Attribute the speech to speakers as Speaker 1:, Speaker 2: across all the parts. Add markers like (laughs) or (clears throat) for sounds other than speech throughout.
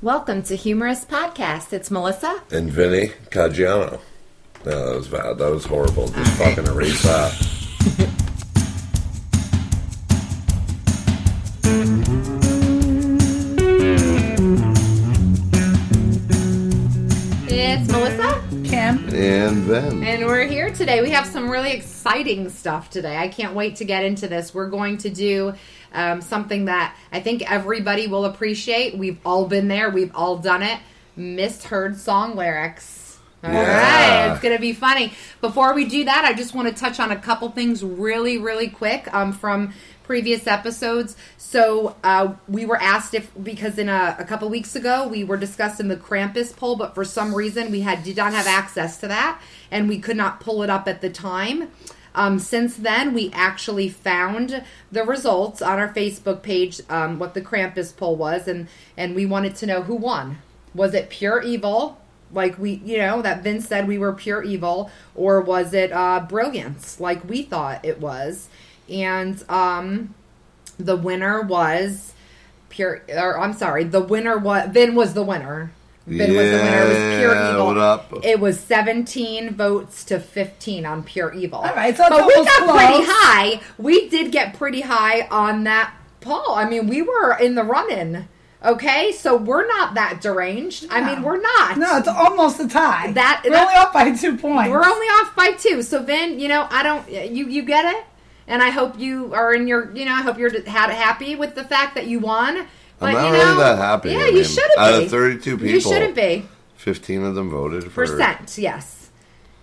Speaker 1: Welcome to Humorous Podcast. It's Melissa.
Speaker 2: and Vinny Caggiano. No, that was bad. That was horrible. Just fucking erase that.
Speaker 1: It's Melissa,
Speaker 3: Kim.
Speaker 4: And then
Speaker 1: and we're here today. We have some really exciting stuff today. I can't wait to get into this. We're going to do um, something that I think everybody will appreciate. We've all been there, we've all done it. Misheard song lyrics. All right,
Speaker 2: Yeah.
Speaker 1: it's going to be funny. Before we do that, I just want to touch on a couple things really, really quick um, from previous episodes. So uh, we were asked if, because in a, a couple weeks ago, we were discussing the Krampus poll, but for some reason we had did not have access to that, and we could not pull it up at the time. Um, since then, we actually found the results on our Facebook page, um, what the Krampus poll was, and and we wanted to know who won. Was it pure evil? like we you know that vince said we were pure evil or was it uh brilliance like we thought it was and um the winner was pure or i'm sorry the winner was vin was the winner vin was the winner it was pure
Speaker 4: Yeah,
Speaker 1: evil
Speaker 4: what up?
Speaker 1: it was 17 votes to 15 on pure evil all
Speaker 3: right, so it's
Speaker 1: but we
Speaker 3: almost
Speaker 1: got
Speaker 3: close.
Speaker 1: pretty high we did get pretty high on that poll i mean we were in the running okay so we're not that deranged i mean we're not
Speaker 3: No, it's almost a tie.
Speaker 1: That-
Speaker 3: we're
Speaker 1: that-
Speaker 3: only up by two points.
Speaker 1: we're only off by two. So Vin, you know, I don't you you get it, and I hope you are in your you know I hope you're had happy with the fact that you won. But,
Speaker 4: not
Speaker 1: you
Speaker 4: really
Speaker 1: know,
Speaker 4: that happy.
Speaker 1: Yeah,
Speaker 4: I
Speaker 1: you
Speaker 4: mean,
Speaker 1: shouldn't be.
Speaker 4: out of 32
Speaker 1: you
Speaker 4: people,
Speaker 1: shouldn't be.
Speaker 4: 15 of them voted for.
Speaker 1: Percent, yes,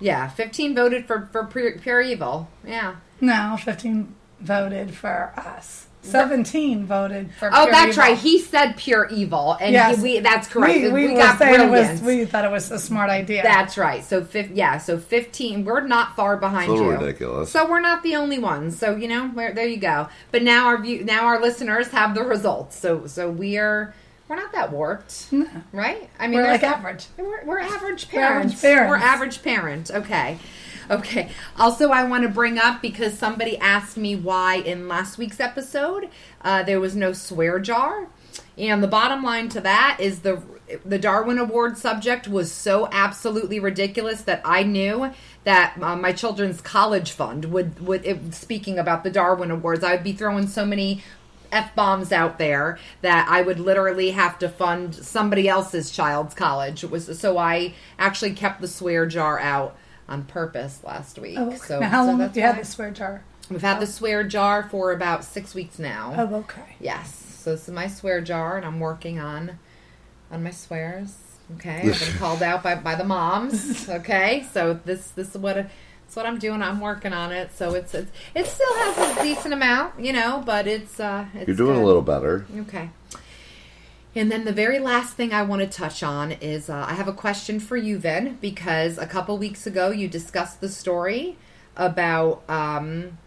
Speaker 1: yeah. Fifteen voted for for pure, pure evil. Yeah.
Speaker 3: No, 15 voted for us. 17 voted for
Speaker 1: Oh,
Speaker 3: pure
Speaker 1: that's
Speaker 3: evil.
Speaker 1: right. He said pure evil, and
Speaker 3: Yes.
Speaker 1: he, we that's correct.
Speaker 3: We, we, were
Speaker 1: got
Speaker 3: saying it
Speaker 1: brilliant.
Speaker 3: was, we thought it was a smart idea.
Speaker 1: That's right. So fif- yeah, so fifteen. We're not far behind
Speaker 4: It's a
Speaker 1: you.
Speaker 4: little ridiculous.
Speaker 1: So we're not the only ones. So you know, where there you go. But now our view, now our listeners have the results. So so we are we're not that warped,
Speaker 3: No.
Speaker 1: right? I mean,
Speaker 3: We're
Speaker 1: there's-
Speaker 3: like average.
Speaker 1: We're, we're average
Speaker 3: We're average
Speaker 1: parents.
Speaker 3: parents.
Speaker 1: We're average parent. Okay. Okay. Also, I want to bring up because somebody asked me why in last week's episode uh, there was no swear jar. And the bottom line to that is the the Darwin Award subject was so absolutely ridiculous that I knew that uh, my children's college fund would would it, speaking about the Darwin Awards, I would be throwing so many f bombs out there that I would literally have to fund somebody else's child's college. It was so I actually kept the swear jar out on purpose last week.
Speaker 3: Oh, okay.
Speaker 1: So,
Speaker 3: now, (laughs) how
Speaker 1: so
Speaker 3: long
Speaker 1: that's
Speaker 3: have you had
Speaker 1: why-
Speaker 3: the swear jar?
Speaker 1: We've had the swear jar for about six weeks now.
Speaker 3: Oh, okay.
Speaker 1: Yes. So this is my swear jar, and I'm working on on my swears. Okay,
Speaker 4: (laughs)
Speaker 1: I've been called out by, by the moms. Okay, so this this is what it's what I'm doing. I'm working on it. So it's it's it still has a decent amount, you know, but it's uh, it's
Speaker 4: You're doing
Speaker 1: good.
Speaker 4: a little better.
Speaker 1: Okay. And then the very last thing I want to touch on is uh, I have a question for you, Vin, because a couple weeks ago you discussed the story about um,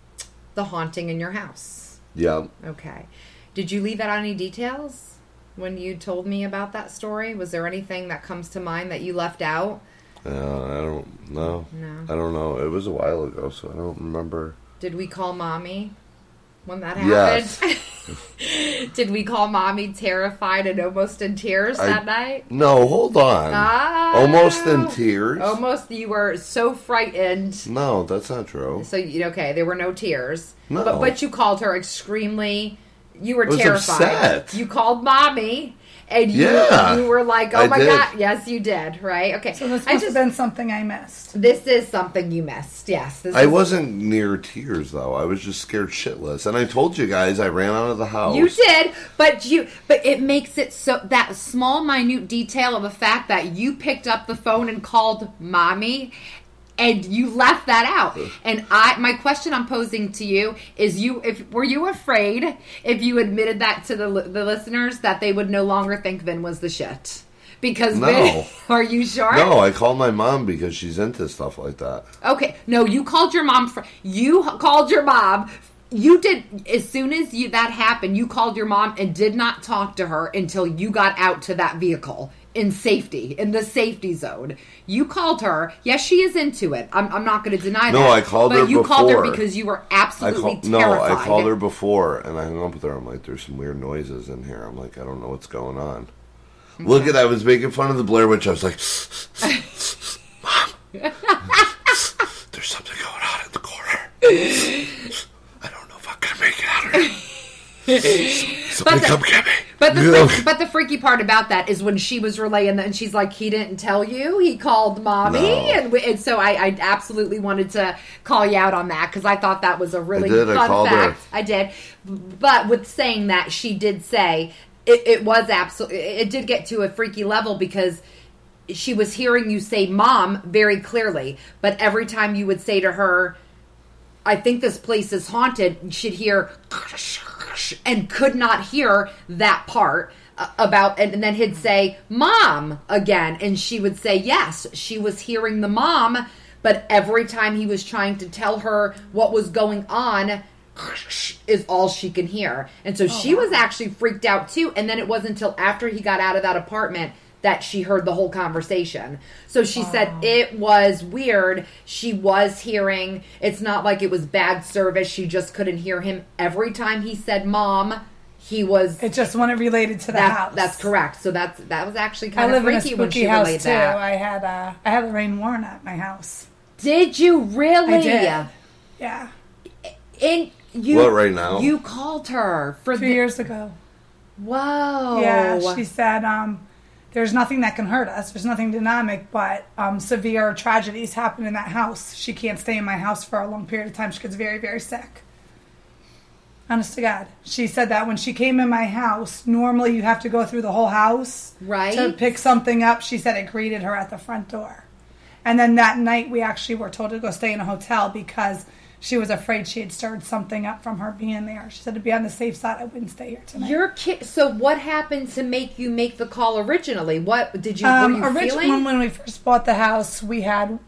Speaker 1: the haunting in your house.
Speaker 4: Yeah.
Speaker 1: Okay. Did you leave out any details when you told me about that story? Was there anything that comes to mind that you left out?
Speaker 4: Uh, I don't know.
Speaker 1: No.
Speaker 4: I don't know. It was a while ago, so I don't remember.
Speaker 1: Did we call mommy when that happened?
Speaker 4: Yes.
Speaker 1: (laughs) Did we call mommy terrified and almost in tears
Speaker 4: I-
Speaker 1: that night?
Speaker 4: No, hold on.
Speaker 1: Ah.
Speaker 4: Almost in tears.
Speaker 1: Almost, you were so frightened.
Speaker 4: no, that's not true.
Speaker 1: So you okay, there were no tears.
Speaker 4: No.
Speaker 1: But but you called her extremely. You were
Speaker 4: was
Speaker 1: terrified.
Speaker 4: upset.
Speaker 1: You called mommy, and you
Speaker 4: Yeah.
Speaker 1: you were like, "Oh
Speaker 4: I
Speaker 1: my
Speaker 4: did.
Speaker 1: god, yes, you did." Right? Okay.
Speaker 3: So this must
Speaker 1: I
Speaker 3: have
Speaker 1: just
Speaker 3: been something I missed.
Speaker 1: this is something you missed. Yes. This
Speaker 4: I
Speaker 1: is-
Speaker 4: wasn't near tears though. I was just scared shitless, and I told you guys I ran out of the house.
Speaker 1: You did, but you but it makes it so that small minute detail of the fact that you picked up the phone and called mommy and you left that out. And I my question I'm posing to you is you if were you afraid if you admitted that to the li- the listeners that they would no longer think Vin was the shit? Because
Speaker 4: No.
Speaker 1: Vin, (laughs) are you sure?
Speaker 4: No, I called my mom because she's into stuff like that.
Speaker 1: Okay, no, you called your mom. For, you h- called your mom. You did as soon as you that happened. You called your mom and did not talk to her until you got out to that vehicle in safety in the safety zone. You called her. Yes, she is into it. I'm, I'm not going to deny
Speaker 4: No,
Speaker 1: that.
Speaker 4: I called
Speaker 1: but
Speaker 4: her
Speaker 1: you called her
Speaker 4: before.
Speaker 1: because you were
Speaker 4: I
Speaker 1: absolutely
Speaker 4: called no,
Speaker 1: terrified.
Speaker 4: I called her before and I hung up with her. I'm like, there's some weird noises in here. I'm like, I don't know what's going on. Look at I was making fun of the Blair Witch. I was like, Mom, there's something going on in the corner. I don't know if I can make it out of here. Somebody
Speaker 1: the-
Speaker 4: come get me.
Speaker 1: But the
Speaker 4: You know?
Speaker 1: freak, but the freaky part about that is when she was relaying that, and she's like, "He didn't tell you. He called mommy,"
Speaker 4: No.
Speaker 1: and, we, and so I, I absolutely wanted to call you out on that because I thought that was a really
Speaker 4: did. I
Speaker 1: fun
Speaker 4: called her.
Speaker 1: fact. I did, but with saying that, she did say it, it was absolutely. It did get to a freaky level because she was hearing you say "mom" very clearly, but every time you would say to her. I think this place is haunted. She'd hear and could not hear that part uh, about, and, and then he'd say, Mom, again. And she would say, Yes, she was hearing the mom, but every time he was trying to tell her what was going on, is all she can hear. And so
Speaker 3: Oh,
Speaker 1: she was actually freaked out too. And then it wasn't until after he got out of that apartment that she heard the whole conversation. So she said it was weird. She was hearing, it's not like it was bad service. She just couldn't hear him. Every time he said mom, he was.
Speaker 3: It's just when it related to the
Speaker 1: That,
Speaker 3: house.
Speaker 1: that's correct. So that's that was actually
Speaker 3: I
Speaker 1: kind of
Speaker 3: live in a
Speaker 1: freaky when
Speaker 3: spooky
Speaker 1: she
Speaker 3: house
Speaker 1: relayed
Speaker 3: too.
Speaker 1: that.
Speaker 3: I had uh, I had Lorraine Warren at my house.
Speaker 1: Did you really?
Speaker 3: I did. Yeah,
Speaker 1: And you
Speaker 4: What, right now?
Speaker 1: You called her for
Speaker 3: two
Speaker 1: the-
Speaker 3: years ago.
Speaker 1: Whoa. Oh.
Speaker 3: Yeah, she said, um, "There's nothing that can hurt us. There's nothing dynamic, but um, severe tragedies happen in that house. She can't stay in my house for a long period of time. She gets very, very sick." Honest to God, she said that when she came in my house. Normally, you have to go through the whole house to
Speaker 1: Right.
Speaker 3: pick something up. She said it greeted her at the front door, and then that night we actually were told to go stay in a hotel because. She was afraid she had stirred something up from her being there. She said to be on the safe side, I wouldn't stay here tonight.
Speaker 1: Your kid. So what happened to make you make the call originally? What did you?
Speaker 3: Um,
Speaker 1: were you
Speaker 3: originally,
Speaker 1: feeling?
Speaker 3: when we first bought the house, we had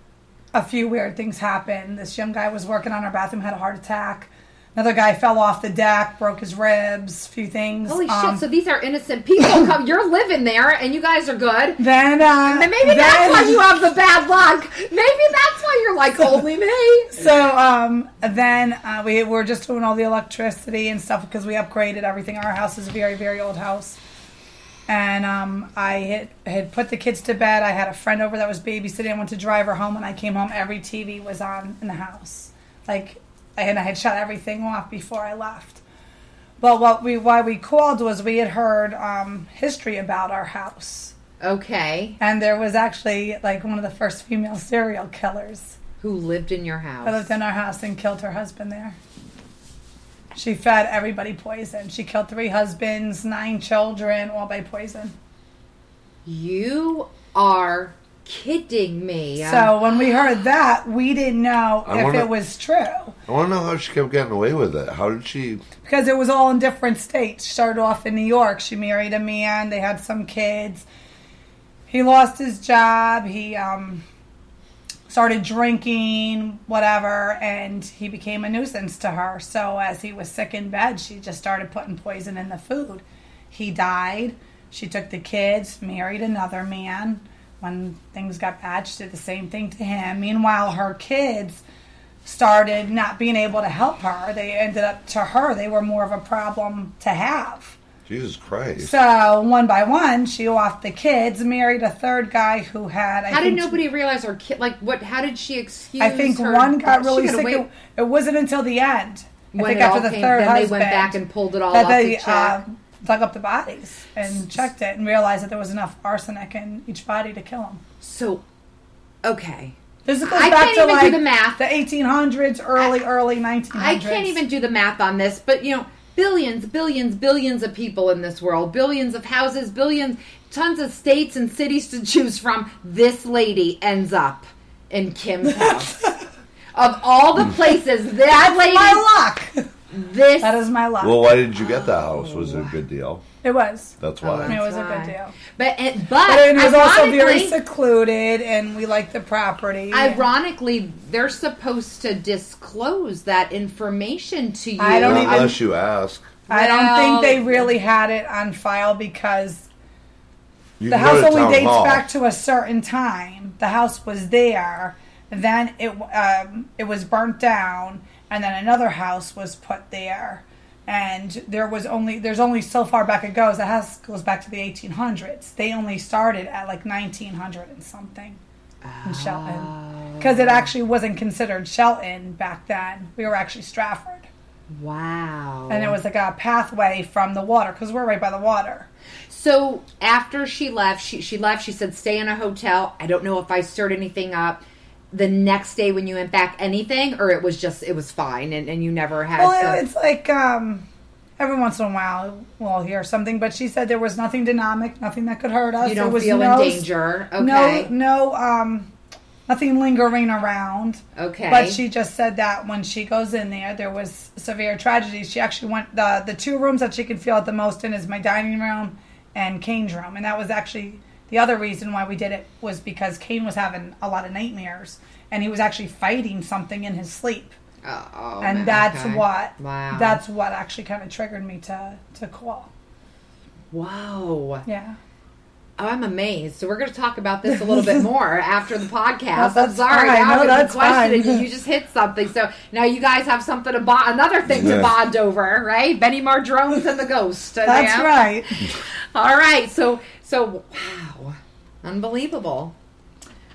Speaker 3: a few weird things happen. This young guy was working on our bathroom, had a heart attack. Another guy fell off the deck, broke his ribs, few things.
Speaker 1: Holy
Speaker 3: Um,
Speaker 1: shit! So these are innocent
Speaker 3: (coughs)
Speaker 1: people. Come, you're living there, and you guys are good.
Speaker 3: then, uh,
Speaker 1: And maybe that's
Speaker 3: then-
Speaker 1: why you have the bad luck. Maybe that's why you're like only me.
Speaker 3: So um, then uh, we were just doing all the electricity and stuff because we upgraded everything. Our house is a very, very old house. And um, I had, had put the kids to bed. I had a friend over that was babysitting. I went to drive her home. When I came home, every TV was on in the house. Like, and I had shut everything off before I left. But what we why we called was we had heard um, history about our house,
Speaker 1: Okay,
Speaker 3: and there was actually like one of the first female (laughs) serial killers
Speaker 1: who lived in your house?
Speaker 3: I lived in our house and killed her husband there. She fed everybody poison. She killed three husbands, nine children, all by poison.
Speaker 1: you are kidding me. Uh,
Speaker 3: So when we heard that, we didn't know
Speaker 4: I
Speaker 3: if
Speaker 4: wonder-
Speaker 3: it was
Speaker 4: (laughs)
Speaker 3: true
Speaker 4: I want to know how she kept getting away with it. How did she?
Speaker 3: because it was all in different states. She started off in New York. She married a man. They had some kids. He lost his job. He um, started drinking, whatever, and he became a nuisance to her. So as he was sick in bed, she just started putting poison in the food. He died. She took the kids, married another man. When things got bad, she did the same thing to him. Meanwhile, her kids started not being able to help her. They ended up to her, they were more of a problem to have.
Speaker 4: Jesus Christ!
Speaker 3: So one by one, she off the kids, married a third guy who had. I
Speaker 1: how did
Speaker 3: think-
Speaker 1: nobody realize her kid? Like, what? How did she excuse?
Speaker 3: I think
Speaker 1: her-
Speaker 3: one got
Speaker 1: she
Speaker 3: really
Speaker 1: could've
Speaker 3: sick.
Speaker 1: waited-
Speaker 3: It, it wasn't until the end.
Speaker 1: When
Speaker 3: I think
Speaker 1: it
Speaker 3: after
Speaker 1: all
Speaker 3: the
Speaker 1: came-
Speaker 3: third
Speaker 1: then they went
Speaker 3: husband
Speaker 1: back and pulled it all
Speaker 3: that
Speaker 1: off
Speaker 3: they,
Speaker 1: to check.
Speaker 3: uh, dug up the bodies and checked it and realized that there was enough arsenic in each body to kill them.
Speaker 1: so, okay.
Speaker 3: This goes
Speaker 1: I can't
Speaker 3: back to
Speaker 1: even do
Speaker 3: like
Speaker 1: the math.
Speaker 3: 1800s, early, early 1900s.
Speaker 1: I can't even do the math on this, but you know, billions, billions, billions of people in this world, billions of houses, billions, tons of states and cities to choose from. This lady ends up in
Speaker 3: (laughs)
Speaker 1: Kim's house. of all the places, this lady,
Speaker 3: My luck. (laughs)
Speaker 1: this
Speaker 3: That is my luck.
Speaker 4: Well, why did you get that house? Was it a good deal?
Speaker 3: it was.
Speaker 4: That's
Speaker 1: Oh,
Speaker 3: I mean,
Speaker 4: why.
Speaker 3: it was a
Speaker 1: Fine.
Speaker 3: good deal.
Speaker 1: But it, but,
Speaker 3: But it was also very
Speaker 1: ironically-
Speaker 3: secluded, and we liked the property. and-
Speaker 1: Ironically, they're supposed to disclose that information to you.
Speaker 3: I don't
Speaker 4: Not
Speaker 3: even-
Speaker 4: unless you ask.
Speaker 3: I don't
Speaker 1: Well-
Speaker 3: think they really had it on file because
Speaker 4: You
Speaker 3: the
Speaker 4: can go
Speaker 3: house
Speaker 4: to
Speaker 3: only
Speaker 4: town
Speaker 3: dates
Speaker 4: hall.
Speaker 3: back to a certain time. The house was there, then it um, it was burnt down, and then another house was put there. and there was only there's only so far back it goes. That has goes back to the 1800s. They only started at like 1900 and something in Shelton because it actually wasn't considered Shelton back then. We were actually Stratford,
Speaker 1: Wow.
Speaker 4: Oh.
Speaker 3: and it was like a pathway from the water because we're right by the water.
Speaker 1: So after she left, she, she left. She said, "Stay in a hotel." I don't know if I stirred anything up. The next day, when you went back, anything, or it was just it was fine, and, and you never had.
Speaker 3: Well,
Speaker 1: the-
Speaker 3: it's like um, every once in a while we'll hear something, but she said there was nothing dynamic, nothing that could hurt us.
Speaker 1: you
Speaker 3: there
Speaker 1: don't
Speaker 3: was
Speaker 1: feel
Speaker 3: no,
Speaker 1: in danger. Okay.
Speaker 3: No, no, um, nothing lingering around.
Speaker 1: Okay.
Speaker 3: But she just said that when she goes in there, there was severe tragedy. She actually went the the two rooms that she could feel it the most in is my dining room and Kane's room, and that was actually the other reason why we did it was because Kane was having a lot of nightmares, and he was actually fighting something in his sleep
Speaker 1: Oh, oh,
Speaker 3: and
Speaker 1: man,
Speaker 3: that's
Speaker 1: okay.
Speaker 3: what
Speaker 1: Wow.
Speaker 3: that's what actually kind of triggered me to to call
Speaker 1: wow.
Speaker 3: yeah
Speaker 1: Oh, I'm amazed. So we're going to talk about this a little bit
Speaker 3: (laughs)
Speaker 1: more after the
Speaker 3: No,
Speaker 1: podcast. I'm
Speaker 3: that's
Speaker 1: sorry,
Speaker 3: fine.
Speaker 1: that
Speaker 3: No,
Speaker 1: was a
Speaker 3: that's
Speaker 1: question,
Speaker 3: fine.
Speaker 1: and
Speaker 3: (laughs)
Speaker 1: you just hit something. So now you guys have something to bond, another thing to
Speaker 2: Yeah.
Speaker 1: bond over, right? Benny Mardrones and the Ghost.
Speaker 3: that's
Speaker 1: Yeah.
Speaker 3: right
Speaker 1: (laughs) All right, so so wow, unbelievable.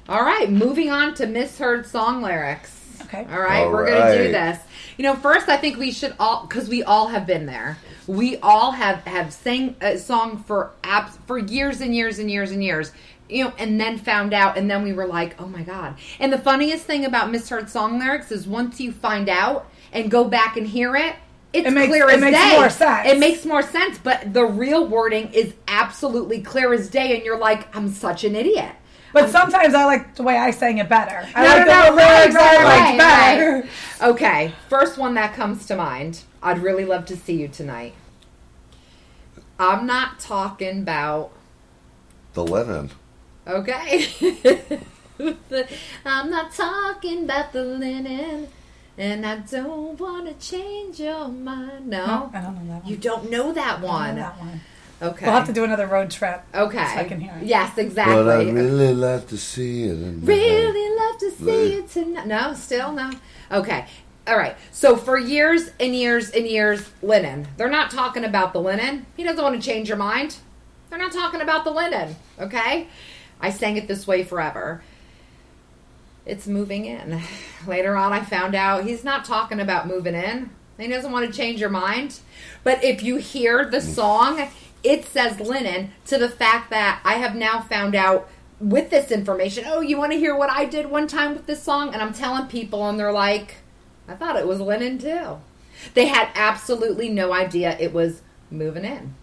Speaker 1: All right, moving on to misheard song lyrics.
Speaker 3: Okay.
Speaker 1: All right,
Speaker 2: All
Speaker 1: we're gonna do
Speaker 2: right.
Speaker 1: this. You know, first I think we should all because we all have been there. We all have have sang a song for apps for years and years and years and years. You know, and then found out, and then we were like, "Oh my god!" And the funniest thing about misheard song lyrics is once you find out and go back and hear it, it's
Speaker 3: It makes-
Speaker 1: clear
Speaker 3: it
Speaker 1: as
Speaker 3: makes
Speaker 1: day.
Speaker 3: more sense.
Speaker 1: It makes more sense, but the real wording is absolutely clear as day, and you're like, I'm such an idiot.
Speaker 3: but sometimes i like the way i sang it better i
Speaker 1: No,
Speaker 3: like
Speaker 1: no,
Speaker 3: the
Speaker 1: no,
Speaker 3: lyrics
Speaker 1: right,
Speaker 3: i
Speaker 1: right,
Speaker 3: like better
Speaker 1: (laughs) right, right. Okay, first one that comes to mind. I'd really love to see you tonight. I'm not talking about.
Speaker 4: The linen.
Speaker 1: Okay. (laughs) I'm not talking about the linen, and I don't want to change your mind. No.
Speaker 3: i don't know that one,
Speaker 1: You don't know that
Speaker 3: I don't
Speaker 1: one.
Speaker 3: know that one.
Speaker 1: Okay.
Speaker 3: we'll have to do another road trip
Speaker 1: Okay.
Speaker 3: so i can hear it
Speaker 1: Yes, exactly.
Speaker 4: But I really love to see it. in the night.
Speaker 1: Really love to see
Speaker 4: Really?
Speaker 1: you tonight. No, still no. Okay. All right. So for years and years and years, linen. They're not talking about the linen. He doesn't want to change your mind. They're not talking about the linen. Okay. I sang it this way forever. It's moving in. Later on, I found out he's not talking about moving in. He doesn't want to change your mind. But if you hear the
Speaker 4: Mm.
Speaker 1: song, it says linen to the fact that I have now found out with this information. Oh, you want to hear what I did one time with this song? And I'm telling people, and they're like, I thought it was linen too. They had absolutely no idea it was moving in.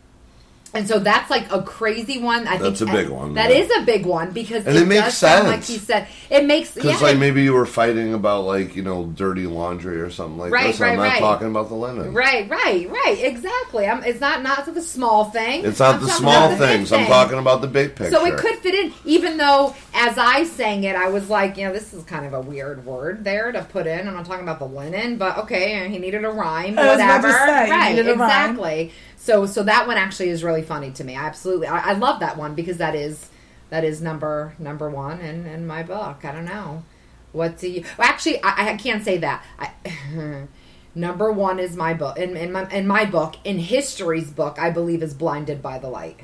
Speaker 1: And so that's like a crazy one. I
Speaker 4: That's
Speaker 1: think
Speaker 4: a big one,
Speaker 1: That
Speaker 4: yeah.
Speaker 1: is a big one because
Speaker 4: And it makes
Speaker 1: does sound Like
Speaker 4: sense.
Speaker 1: he said, it makes
Speaker 4: Because
Speaker 1: yeah,
Speaker 4: like maybe you were fighting about like you know dirty laundry or something like
Speaker 1: Right,
Speaker 4: this.
Speaker 1: right,
Speaker 4: I'm not
Speaker 1: right.
Speaker 4: talking about the linen.
Speaker 1: Right, right, right. Exactly. I'm, it's not not the small thing.
Speaker 4: It's not
Speaker 1: I'm
Speaker 4: the
Speaker 1: talking
Speaker 4: small
Speaker 1: about the big
Speaker 4: things. I'm
Speaker 1: thing.
Speaker 4: talking about the big picture.
Speaker 1: So it could fit in, even though as I sang it, I was like, you know, this is kind of a weird word there to put in. I'm not talking about the linen, but okay, and he needed a rhyme,
Speaker 3: I was about to
Speaker 1: whatever.
Speaker 3: say, you
Speaker 1: right,
Speaker 3: needed a rhyme.
Speaker 1: exactly. So, so that one actually is really funny to me. I absolutely, I, I love that one because that is that is number number one in in my book. I don't know what do you well, actually? I, I (laughs) can't say that. I, number one is my book in, in my in my book in history's book. I believe is blinded by the
Speaker 3: (laughs)
Speaker 1: light.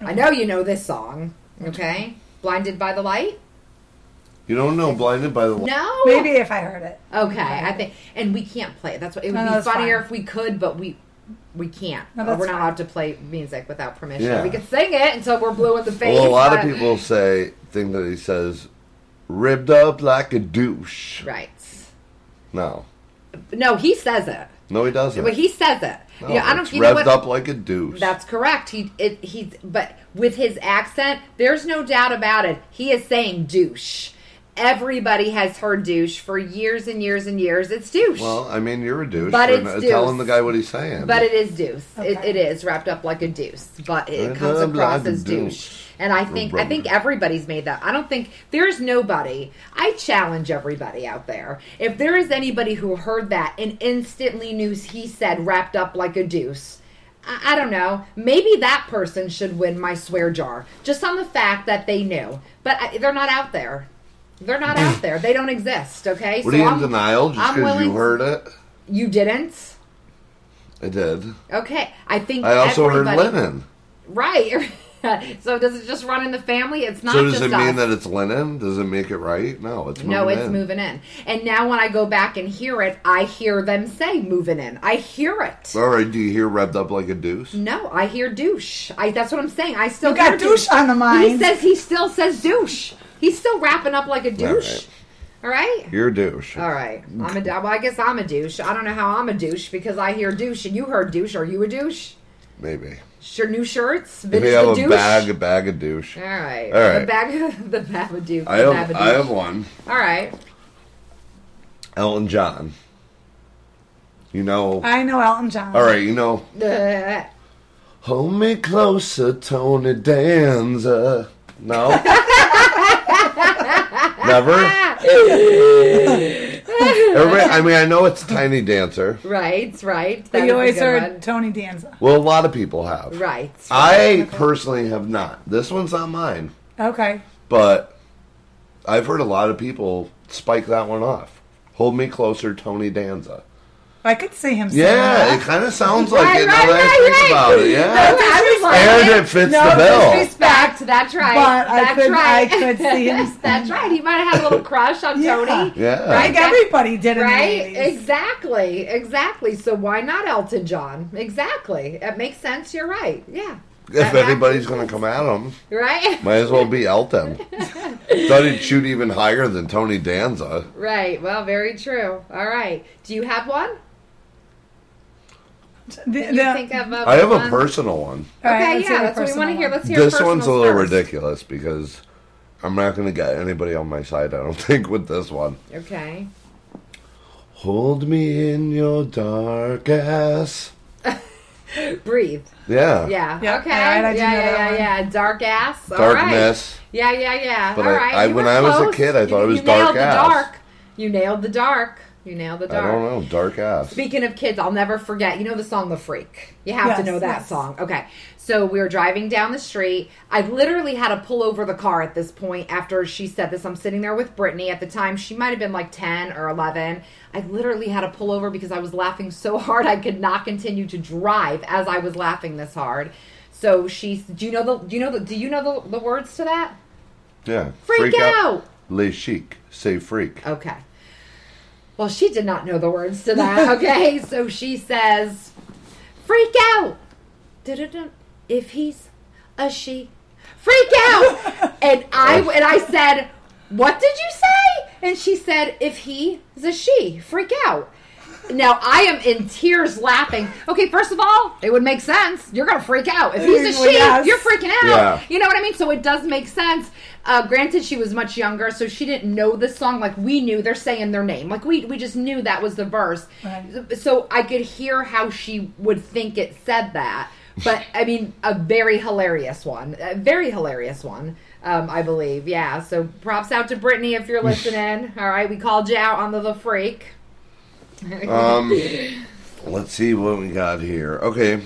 Speaker 1: I know you know this song, okay? Blinded by the light?
Speaker 4: You don't know, blinded by the light.
Speaker 1: No.
Speaker 3: maybe if i heard it
Speaker 1: Okay, I think, and we can't play it. That's what it would
Speaker 3: No, no,
Speaker 1: be
Speaker 3: that's
Speaker 1: funnier
Speaker 3: fine.
Speaker 1: if we could, but we we can't.
Speaker 3: No,
Speaker 1: Uh,
Speaker 3: that's
Speaker 1: we're not
Speaker 3: fine.
Speaker 1: allowed to play music without permission.
Speaker 4: Yeah.
Speaker 1: We could sing it until we're blue in the face.
Speaker 4: Well, a lot of
Speaker 1: but-
Speaker 4: people say think that he says ribbed up like a douche.
Speaker 1: Right?
Speaker 4: No,
Speaker 1: No, he says it.
Speaker 4: no, he doesn't.
Speaker 1: But he says it.
Speaker 4: no,
Speaker 1: yeah, I don't.
Speaker 4: Oh, it's
Speaker 1: You know
Speaker 4: revved
Speaker 1: what?
Speaker 4: up like a douche.
Speaker 1: That's correct. He it he but with his accent, there's no doubt about it. He is saying douche. Everybody has heard douche for years and years and years. It's douche.
Speaker 4: well, I mean, you're a douche.
Speaker 1: But
Speaker 4: for
Speaker 1: it's
Speaker 4: n- telling the
Speaker 1: douche.
Speaker 4: guy what he's saying.
Speaker 1: But it is deuce. It,
Speaker 3: Okay.
Speaker 1: it is wrapped up like a deuce, but it
Speaker 4: Wrapped
Speaker 1: comes
Speaker 4: up
Speaker 1: across
Speaker 4: like a
Speaker 1: as douche.
Speaker 4: deuce.
Speaker 1: And I think I think everybody's made that. I don't think there's nobody. I challenge everybody out there. If there is anybody who heard that and instantly knew he said wrapped up like a deuce. I I don't know. Maybe that person should win my swear jar just on the fact that they knew. But I, they're not out there. They're
Speaker 4: (clears throat)
Speaker 1: not out there. They don't exist. Okay.
Speaker 4: what are you in denial just
Speaker 1: I'm
Speaker 4: because
Speaker 1: willing
Speaker 4: you
Speaker 1: to-
Speaker 4: heard it?
Speaker 1: You didn't.
Speaker 2: I did.
Speaker 1: Okay, I think
Speaker 2: I also
Speaker 1: everybody,
Speaker 2: heard linen.
Speaker 1: Right. (laughs) so does it just run in the family? It's not
Speaker 2: So does
Speaker 1: just
Speaker 2: it mean
Speaker 1: us.
Speaker 2: that it's linen? Does it make it right? No, it's moving
Speaker 1: no, it's
Speaker 2: in.
Speaker 1: moving in. And now when I go back and hear it, I hear them say moving in. I hear it.
Speaker 2: All right, do you hear revved up like a deuce?
Speaker 1: No, I hear douche. I that's what I'm saying. I still
Speaker 3: You got
Speaker 1: hear
Speaker 3: douche on the
Speaker 1: He
Speaker 3: mind.
Speaker 1: says he still says douche. He's still wrapping up like a douche. All right.
Speaker 2: You're a douche.
Speaker 1: All right. I'm a. Well, I guess I'm a douche. I don't know how I'm a douche because I hear douche and you heard douche. Are you a douche?
Speaker 2: Maybe.
Speaker 1: Sure, new shirts.
Speaker 2: If
Speaker 1: Vintage
Speaker 2: you have
Speaker 1: the
Speaker 2: a
Speaker 1: douche.
Speaker 2: bag, a bag of douche.
Speaker 1: All right.
Speaker 2: All right.
Speaker 1: The bag. (laughs) The bag of douche.
Speaker 2: I
Speaker 1: the
Speaker 2: have,
Speaker 1: bag of
Speaker 2: I have
Speaker 1: douche.
Speaker 2: one.
Speaker 1: All right.
Speaker 2: Elton John. You know.
Speaker 3: I know Elton John.
Speaker 2: all right, you know.
Speaker 1: Uh,
Speaker 2: Hold me closer, Tony Danza.
Speaker 1: (laughs)
Speaker 2: No. Never. Everybody, I mean, I know it's Tiny Dancer.
Speaker 1: right. Right.
Speaker 3: But
Speaker 1: That was
Speaker 3: you
Speaker 1: a
Speaker 3: always
Speaker 1: good
Speaker 3: heard
Speaker 1: one.
Speaker 3: Tony Danza.
Speaker 2: Well, a lot of people have.
Speaker 1: Right.
Speaker 2: I personally have not. This one's not mine,
Speaker 3: Okay.
Speaker 2: but I've heard a lot of people spike that one off. Hold me closer, Tony Danza.
Speaker 3: I could see him. saying
Speaker 2: Yeah, it
Speaker 3: that.
Speaker 2: kind of sounds like
Speaker 1: Right,
Speaker 2: it. Now
Speaker 1: right,
Speaker 2: that I
Speaker 1: right,
Speaker 2: think
Speaker 1: right.
Speaker 2: about it,
Speaker 1: I (laughs)
Speaker 2: yeah.
Speaker 1: was like,
Speaker 2: And it fits
Speaker 3: No,
Speaker 2: the bill.
Speaker 1: disrespect. That's right.
Speaker 3: But I
Speaker 1: That's
Speaker 3: could-
Speaker 1: right.
Speaker 3: I could see him-
Speaker 1: (laughs) That's right. He might have had a little crush on
Speaker 3: Yeah.
Speaker 1: Tony.
Speaker 2: Yeah.
Speaker 3: I think everybody did in
Speaker 1: Right?
Speaker 3: the 80s.
Speaker 1: Exactly. Exactly. So why not Elton John? Exactly. It makes sense. You're right. Yeah.
Speaker 2: If anybody's going to come at him,
Speaker 1: Right? (laughs)
Speaker 2: might as well be Elton. Thought he'd shoot even higher than Tony Danza.
Speaker 1: Right. Well, very true. All right. Do you have one?
Speaker 3: The-
Speaker 1: You
Speaker 3: the-
Speaker 1: think of
Speaker 2: I have a
Speaker 1: one?
Speaker 2: personal one.
Speaker 3: All right,
Speaker 1: Okay,
Speaker 3: let's hear
Speaker 1: yeah,
Speaker 3: the
Speaker 1: that's what we
Speaker 3: personal
Speaker 1: want to hear.
Speaker 3: one.
Speaker 1: Let's hear
Speaker 2: This one's a
Speaker 1: personals
Speaker 2: little
Speaker 1: first.
Speaker 2: ridiculous because I'm not going to get anybody on my side, I don't (laughs) think, with this one.
Speaker 1: Okay.
Speaker 2: Hold me in your dark ass.
Speaker 1: Breathe.
Speaker 2: Yeah.
Speaker 1: Yeah.
Speaker 3: Yeah,
Speaker 1: Okay.
Speaker 3: all right,
Speaker 1: yeah,
Speaker 3: I do know that
Speaker 1: yeah, yeah,
Speaker 3: one.
Speaker 1: yeah. Dark ass. All
Speaker 2: Dark
Speaker 1: right.
Speaker 2: mess.
Speaker 1: Yeah, yeah, yeah.
Speaker 2: But
Speaker 1: All
Speaker 2: I-
Speaker 1: right.
Speaker 2: I-
Speaker 1: you
Speaker 2: when
Speaker 1: were
Speaker 2: I was a
Speaker 1: close.
Speaker 2: kid, I
Speaker 1: You-
Speaker 2: thought it was
Speaker 1: you nailed
Speaker 2: dark
Speaker 1: the
Speaker 2: ass.
Speaker 1: dark. You nailed the dark. You nailed the
Speaker 2: I
Speaker 1: dark.
Speaker 2: don't know. Dark ass.
Speaker 1: Speaking of kids, I'll never forget. You know the song "The Freak." You have to
Speaker 3: Yes,
Speaker 1: know that
Speaker 3: yes.
Speaker 1: song. Okay, so we were driving down the street. I literally had to pull over the car at this point after she said this. I'm sitting there with Brittany at the time. She might have been like ten or eleven. I literally had to pull over because I was laughing so hard I could not continue to drive as I was laughing this hard. So she, do you know the, do you know the, do you know the, the words to that?
Speaker 2: Yeah.
Speaker 1: Freak out.
Speaker 2: Le chic. Say freak.
Speaker 1: Okay. Well, she did not know the words to that. Okay, so she says, "Freak out, Dun-dun-dun. if he's a she, freak out." and I and I said, "What did you say?" And she said, "If he is a she, freak out." Now I am in tears laughing. Okay, first of all, it would make sense. You're gonna freak out if he's a
Speaker 3: Usually,
Speaker 1: she.
Speaker 3: yes.
Speaker 1: You're freaking out.
Speaker 2: Yeah.
Speaker 1: You know what I mean? So it does make sense. Uh, granted, she was much younger, so she didn't know this song. Like we knew, they're saying their name. Like we we just knew that was the verse.
Speaker 3: Right.
Speaker 1: So I could hear how she would think it said that. But I mean, a very hilarious one. A very hilarious one. Um, I believe, yeah. So props out to Brittany if you're listening. All right, we called you out on the the freak. (laughs)
Speaker 2: Um, let's see what we got here. Okay.